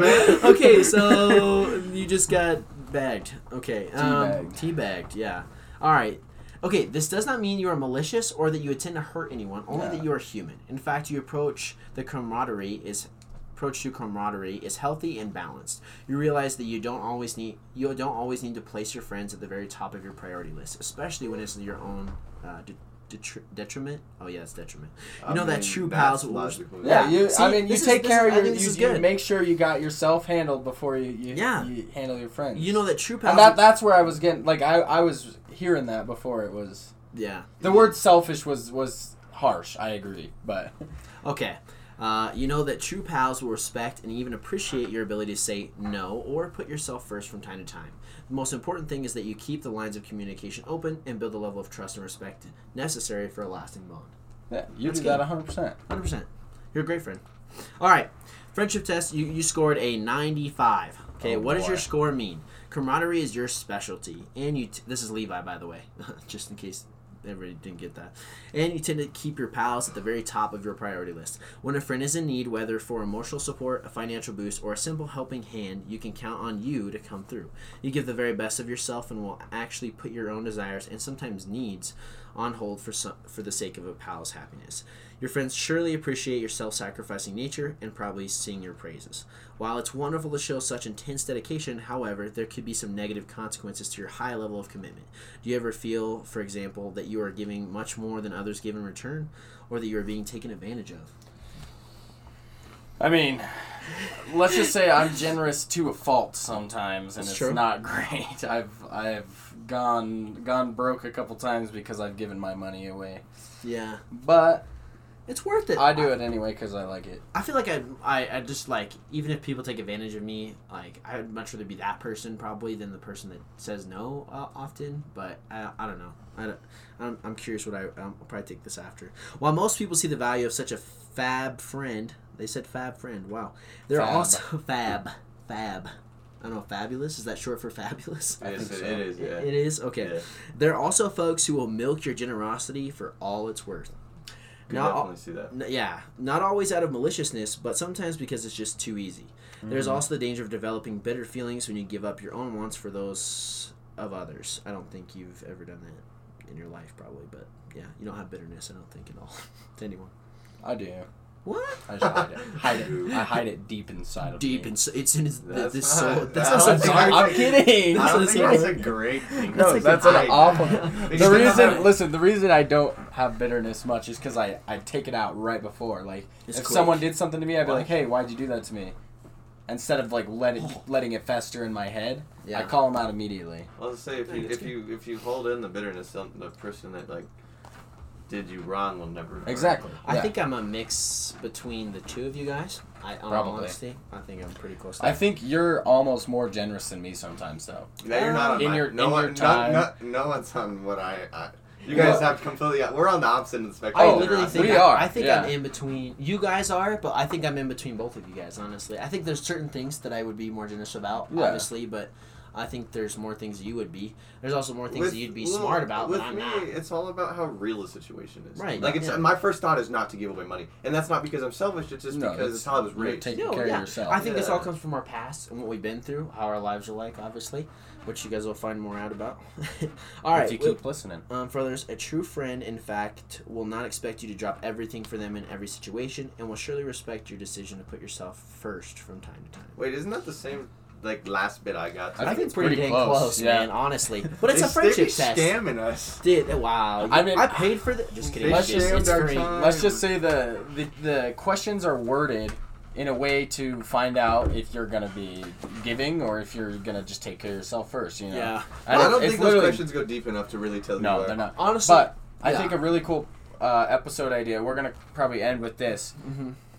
Speaker 2: man.
Speaker 3: was, man.
Speaker 1: okay, so you just got bagged. Okay. Um, teabagged. yeah. All right. Okay, this does not mean you are malicious or that you intend to hurt anyone, only
Speaker 2: Yeah.
Speaker 1: that you are human. In fact, you approach the camaraderie is approach to camaraderie is healthy and balanced. You realize that you don't always need you don't always need to place your friends at the very top of your priority list, especially when it's your own uh, de- detri- detriment. Oh yeah, it's detriment. You
Speaker 3: I
Speaker 1: know that
Speaker 3: mean,
Speaker 1: true
Speaker 3: that's
Speaker 1: pals will
Speaker 3: logical.
Speaker 2: yeah, you.
Speaker 1: See,
Speaker 2: I mean, you
Speaker 1: this is-
Speaker 2: take
Speaker 1: this
Speaker 2: care
Speaker 1: is- I
Speaker 2: of your.
Speaker 1: think this
Speaker 2: You,
Speaker 1: is
Speaker 2: you
Speaker 1: good.
Speaker 2: make sure you got yourself handled before you. you
Speaker 1: Yeah.
Speaker 2: You handle your friends.
Speaker 1: You know that true pals.
Speaker 2: And that that's where I was getting like I I was hearing that before it was
Speaker 1: yeah.
Speaker 2: the word selfish was was harsh. I agree, but
Speaker 1: Okay. Uh, you know that true pals will respect and even appreciate your ability to say no or put yourself first from time to time. The most important thing is that you keep the lines of communication open and build the level of trust and respect necessary for a lasting bond.
Speaker 2: yeah, you
Speaker 1: That's
Speaker 2: do that
Speaker 1: good.
Speaker 2: that hundred percent.
Speaker 1: 100%. You're a great friend. All right. Friendship test, you, you scored a 95. Okay,
Speaker 2: Oh,
Speaker 1: what does
Speaker 2: boy.
Speaker 1: your score mean? Camaraderie is your specialty. And you, t- this is Levi, by the way, just in case everybody didn't get that. And you tend to keep your pals at the very top of your priority list. When a friend is in need, whether for emotional support, a financial boost, or a simple helping hand, you can count on you to come through. You give the very best of yourself and will actually put your own desires and sometimes needs on hold for some, for the sake of a pal's happiness. Your friends surely appreciate your self-sacrificing nature and probably sing your praises. While it's wonderful to show such intense dedication, however, there could be some negative consequences to your high level of commitment. Do you ever feel, for example, that you are giving much more than others give in return, or that you are being taken advantage of?
Speaker 2: I mean, let's just say I'm generous to a fault sometimes, and
Speaker 1: That's
Speaker 2: it's
Speaker 1: true.
Speaker 2: not great. I've I've gone gone broke a couple times because I've given my money away,
Speaker 1: Yeah,
Speaker 2: but
Speaker 1: it's worth it.
Speaker 2: I do it anyway because I like it.
Speaker 1: I feel like I, I, I just like even if people take advantage of me, like I would much rather be that person probably than the person that says no uh, often. But I, I don't know. I don't, I'm, I'm curious what I um, I'll probably take this after. While most people see the value of such a fab friend, they said fab friend. Wow, they're
Speaker 2: Fab.
Speaker 1: also fab fab. I don't know. Fabulous is that short for fabulous?
Speaker 3: It is.
Speaker 2: think so.
Speaker 3: It is.
Speaker 1: It-
Speaker 3: Yeah.
Speaker 1: It is okay.
Speaker 3: Yeah.
Speaker 1: There are also folks who will milk your generosity for all it's worth.
Speaker 3: You
Speaker 1: Not all-
Speaker 3: definitely see that.
Speaker 1: N- yeah, not always out of maliciousness, but sometimes because it's just too easy.
Speaker 2: Mm.
Speaker 1: There's also the danger of developing bitter feelings when you give up your own wants for those of others. I don't think you've ever done that in your life, probably, but yeah, you don't have bitterness, I don't think, at all to anyone.
Speaker 2: I do.
Speaker 1: What?
Speaker 2: I just hide it. Hide it. I hide it deep inside of
Speaker 1: Deep
Speaker 2: me.
Speaker 1: and it's in his, th-
Speaker 3: That's
Speaker 1: this
Speaker 3: not-
Speaker 1: soul. That's
Speaker 3: I
Speaker 1: not
Speaker 3: don't
Speaker 1: so
Speaker 3: think
Speaker 1: dark.
Speaker 3: I-
Speaker 2: I'm kidding.
Speaker 3: I don't
Speaker 1: This
Speaker 3: think
Speaker 1: is
Speaker 3: that's
Speaker 1: like-
Speaker 3: a great thing.
Speaker 2: No,
Speaker 1: like
Speaker 2: that's
Speaker 1: an
Speaker 2: an awful.
Speaker 3: They
Speaker 2: the
Speaker 3: should have
Speaker 2: reason,
Speaker 3: it.
Speaker 2: listen, the reason I don't have bitterness much is because I I take it out right before. Like
Speaker 1: It's
Speaker 2: if
Speaker 1: quick.
Speaker 2: someone did something to me, I'd be like, "Hey, why'd you do that to me?" Instead of like letting
Speaker 3: Oh.
Speaker 2: letting it fester in my head, I
Speaker 1: Yeah.
Speaker 2: call them out immediately.
Speaker 3: I'll say if
Speaker 1: Yeah,
Speaker 3: you
Speaker 1: that's
Speaker 3: if you if you hold in the bitterness, some the person that like did you wrong will never. remember.
Speaker 2: Exactly.
Speaker 1: I
Speaker 2: yeah.
Speaker 1: think I'm a mix between the two of you guys. I, um,
Speaker 2: Probably.
Speaker 1: honestly, I think I'm pretty close. To
Speaker 2: I think you're almost more generous than me sometimes, though.
Speaker 3: No, you're not on
Speaker 2: In
Speaker 3: my,
Speaker 2: your-
Speaker 3: no
Speaker 2: in
Speaker 3: one,
Speaker 2: your
Speaker 3: no-
Speaker 2: time.
Speaker 3: No, no one's on what I. I you guys
Speaker 2: Well-
Speaker 3: have completely. We're on the opposite end of the spectrum.
Speaker 1: I
Speaker 2: Oh,
Speaker 1: literally
Speaker 2: we
Speaker 1: think I,
Speaker 2: are,
Speaker 1: I think
Speaker 2: yeah.
Speaker 1: I'm in between. You guys are, but I think I'm in between both of you guys. Honestly, I think there's certain things that I would be more generous about,
Speaker 2: Yeah.
Speaker 1: obviously, but I think there's more things you would be. There's also more things that you'd be
Speaker 3: well,
Speaker 1: smart about
Speaker 3: With
Speaker 1: that I'm
Speaker 3: me,
Speaker 1: not.
Speaker 3: it's all about how real the situation is.
Speaker 1: Right,
Speaker 3: Like it's
Speaker 1: yeah.
Speaker 3: my first thought is not to give away money, and that's not because I'm selfish. It's just
Speaker 2: No,
Speaker 3: because
Speaker 2: it's-
Speaker 3: it's how I was
Speaker 2: You're
Speaker 3: raised.
Speaker 2: taking
Speaker 1: No,
Speaker 2: care
Speaker 1: yeah.
Speaker 2: of yourself.
Speaker 1: I think this
Speaker 3: Yeah.
Speaker 1: all comes from our past and what we've been through, how our lives are like, obviously. which you guys will find more out about. All right.
Speaker 4: if you
Speaker 1: well-
Speaker 4: keep listening.
Speaker 1: um, for others, a true friend, in fact, will not expect you to drop everything for them in every situation and will surely respect your decision to put yourself first from time to time.
Speaker 3: Wait, isn't that the same like last bit I got?
Speaker 2: I
Speaker 1: I
Speaker 2: think
Speaker 1: think
Speaker 2: it's
Speaker 1: it's pretty,
Speaker 2: pretty
Speaker 1: dang
Speaker 2: close,
Speaker 1: close,
Speaker 2: yeah.
Speaker 1: man, honestly. But it's
Speaker 3: They-
Speaker 1: a friendship
Speaker 3: they be
Speaker 1: test.
Speaker 3: Scamming us.
Speaker 1: Dude, uh, wow.
Speaker 2: I mean-
Speaker 1: I paid for the. Just kidding.
Speaker 3: They
Speaker 1: It's, just-
Speaker 3: scammed
Speaker 1: it's
Speaker 3: our
Speaker 1: free.
Speaker 3: time.
Speaker 2: Let's just say the, the the questions are worded in a way to find out if you're gonna be giving or if you're gonna just take care of yourself first. You know.
Speaker 1: Yeah.
Speaker 3: I don't,
Speaker 2: it's
Speaker 3: think those
Speaker 2: literally-
Speaker 3: questions go deep enough to really tell. who you
Speaker 2: No,
Speaker 3: are.
Speaker 2: they're not.
Speaker 1: Honestly.
Speaker 2: But I
Speaker 1: yeah.
Speaker 2: think a really cool uh, episode idea. We're gonna probably end with this.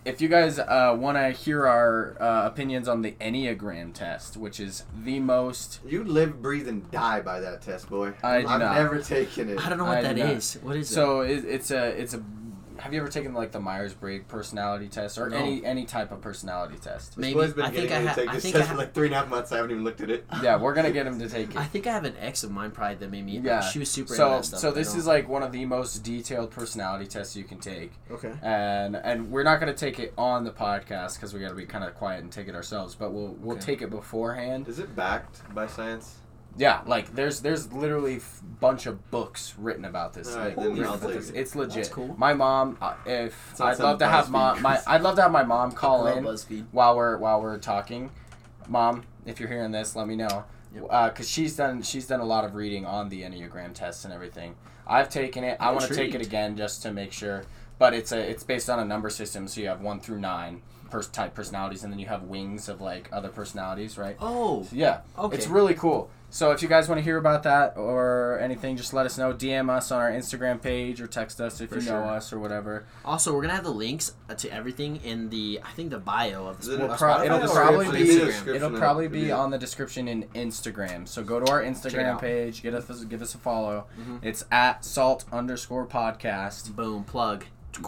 Speaker 2: If you guys uh, want to hear our uh, opinions on the Enneagram test, which is the most,
Speaker 3: You live, breathe, and die by that test, boy.
Speaker 2: I do
Speaker 3: have
Speaker 2: not.
Speaker 3: never taken it.
Speaker 1: I don't know
Speaker 2: I
Speaker 1: what that
Speaker 2: do
Speaker 1: is.
Speaker 2: not.
Speaker 1: What is it?
Speaker 2: so it, it's a it's a. Have you ever taken like the Myers Briggs personality test or
Speaker 1: No.
Speaker 2: any any type of personality test?
Speaker 3: This
Speaker 1: Maybe.
Speaker 3: boy's been
Speaker 1: I
Speaker 3: getting
Speaker 1: think I,
Speaker 3: me
Speaker 1: ha-
Speaker 3: to take
Speaker 1: I,
Speaker 3: this
Speaker 1: think I,
Speaker 3: test for
Speaker 1: ha-
Speaker 3: like three and a half months. I haven't even looked at it.
Speaker 2: Yeah, we're gonna get him to take it.
Speaker 1: I think I have an ex of mine probably that made me.
Speaker 2: Yeah.
Speaker 1: She was super into
Speaker 2: so
Speaker 1: that stuff.
Speaker 2: so
Speaker 1: I
Speaker 2: this
Speaker 1: don't-
Speaker 2: is like one of the most detailed personality tests you can take
Speaker 1: Okay.
Speaker 2: and and we're not going to take it on the podcast because we got to be kind of quiet and take it ourselves but we'll we'll
Speaker 1: Okay.
Speaker 2: take it beforehand
Speaker 3: Is it backed by science?
Speaker 2: yeah like there's there's literally f- bunch of books written about this
Speaker 3: All
Speaker 2: like,
Speaker 3: right, then
Speaker 2: written
Speaker 3: I'll
Speaker 2: about
Speaker 3: take
Speaker 2: this.
Speaker 3: it.
Speaker 2: it's legit
Speaker 1: That's cool.
Speaker 2: my mom uh, if
Speaker 3: It's not
Speaker 2: i'd love to
Speaker 3: some
Speaker 2: have mom
Speaker 3: BuzzFeed
Speaker 2: my
Speaker 3: quiz.
Speaker 2: i'd love to have my mom call
Speaker 1: Love
Speaker 2: in
Speaker 1: BuzzFeed.
Speaker 2: while we're while we're talking mom if you're hearing this let me know
Speaker 1: Yep.
Speaker 2: because she's done she's done a lot of reading on the enneagram tests and everything i've taken it i
Speaker 1: I'm
Speaker 2: want to take it
Speaker 1: intrigued.
Speaker 2: again just to make sure but it's a it's based on a number system so you have one through nine pers- type personalities and then you have wings of like other personalities right
Speaker 1: Oh.
Speaker 2: yeah
Speaker 1: Okay.
Speaker 2: it's really cool so if you guys want to hear about that or anything just let us know dm us on our instagram page or text us if
Speaker 1: For
Speaker 2: you know
Speaker 1: sure.
Speaker 2: us or whatever
Speaker 1: Also, we're gonna have the links uh, to everything in the I think the bio of
Speaker 3: Is
Speaker 1: the
Speaker 3: it
Speaker 1: sport-
Speaker 3: a
Speaker 1: uh,
Speaker 2: pro-
Speaker 1: Spotify
Speaker 2: it'll
Speaker 1: or
Speaker 2: probably
Speaker 1: Instagram.
Speaker 2: be-
Speaker 3: Instagram. Description
Speaker 2: It'll
Speaker 3: of-
Speaker 2: probably
Speaker 3: it'll
Speaker 2: be
Speaker 3: be-
Speaker 2: on the description in Instagram. So go to our Instagram
Speaker 1: out.
Speaker 2: page, get us give us a follow.
Speaker 1: Mhm.
Speaker 2: It's at salt underscore podcast.
Speaker 1: Boom plug.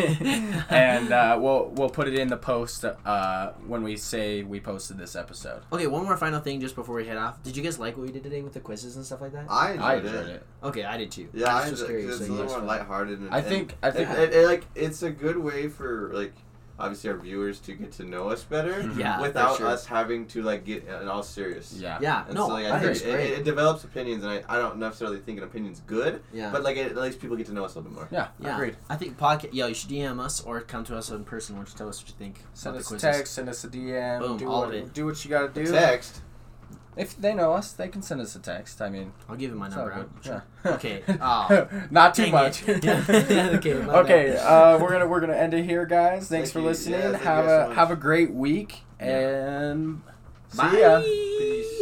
Speaker 2: and uh, we'll we'll put it in the post uh, when we say we posted this episode.
Speaker 1: Okay, one more final thing just before we head off. Did you guys like what we did today with the quizzes and stuff like that?
Speaker 3: I enjoyed,
Speaker 2: I enjoyed
Speaker 3: it.
Speaker 2: it.
Speaker 1: Okay, I did too.
Speaker 3: Yeah,
Speaker 1: I
Speaker 3: I
Speaker 1: was
Speaker 3: enjoyed
Speaker 1: just
Speaker 3: it 'cause
Speaker 1: curious.
Speaker 3: it's a
Speaker 1: what you
Speaker 3: little
Speaker 1: guys
Speaker 3: more
Speaker 1: felt.
Speaker 3: lighthearted. And,
Speaker 2: I
Speaker 3: and
Speaker 2: think I
Speaker 3: It,
Speaker 2: think
Speaker 3: it, it, like it's a good way for like obviously our viewers to get to know us better
Speaker 1: Yeah, for
Speaker 3: without
Speaker 1: sure.
Speaker 3: us having to like get in all serious.
Speaker 2: yeah.
Speaker 1: Yeah,
Speaker 3: And
Speaker 1: no,
Speaker 3: so, like,
Speaker 1: I, think
Speaker 3: think
Speaker 1: it's
Speaker 3: it,
Speaker 1: great.
Speaker 3: it, it develops opinions, and I, I don't necessarily think an opinion's good,
Speaker 1: yeah,
Speaker 3: but like it, at least people get to know us a little bit more.
Speaker 2: Yeah,
Speaker 1: yeah.
Speaker 2: agreed.
Speaker 1: I think podcast. Yo, you should DM us or come to us in person. Why don't you tell us what you think?
Speaker 2: Send
Speaker 1: about
Speaker 2: us
Speaker 1: the
Speaker 2: a
Speaker 1: quizzes.
Speaker 2: text, send us a DM,
Speaker 1: Boom,
Speaker 2: do,
Speaker 1: all
Speaker 2: what,
Speaker 1: of it.
Speaker 2: do what you gotta do.
Speaker 3: Text.
Speaker 2: If they know us, they can send us a text. I mean,
Speaker 1: I'll give you my
Speaker 2: it's all
Speaker 1: number. out.
Speaker 2: good.
Speaker 1: Sure.
Speaker 2: Yeah.
Speaker 1: Okay, aw.
Speaker 2: Not too
Speaker 1: Dang
Speaker 2: much.
Speaker 1: it. Yeah. Okay, my bad.
Speaker 2: Okay, uh, we're gonna we're gonna end it here, guys. Thanks
Speaker 3: Thank
Speaker 2: for
Speaker 3: you. Yeah,
Speaker 2: listening.
Speaker 3: thank you
Speaker 2: have
Speaker 3: guys
Speaker 2: a
Speaker 3: so much.
Speaker 2: have a great week
Speaker 1: Yeah.
Speaker 2: and see
Speaker 1: Bye.
Speaker 2: ya.
Speaker 3: Peace.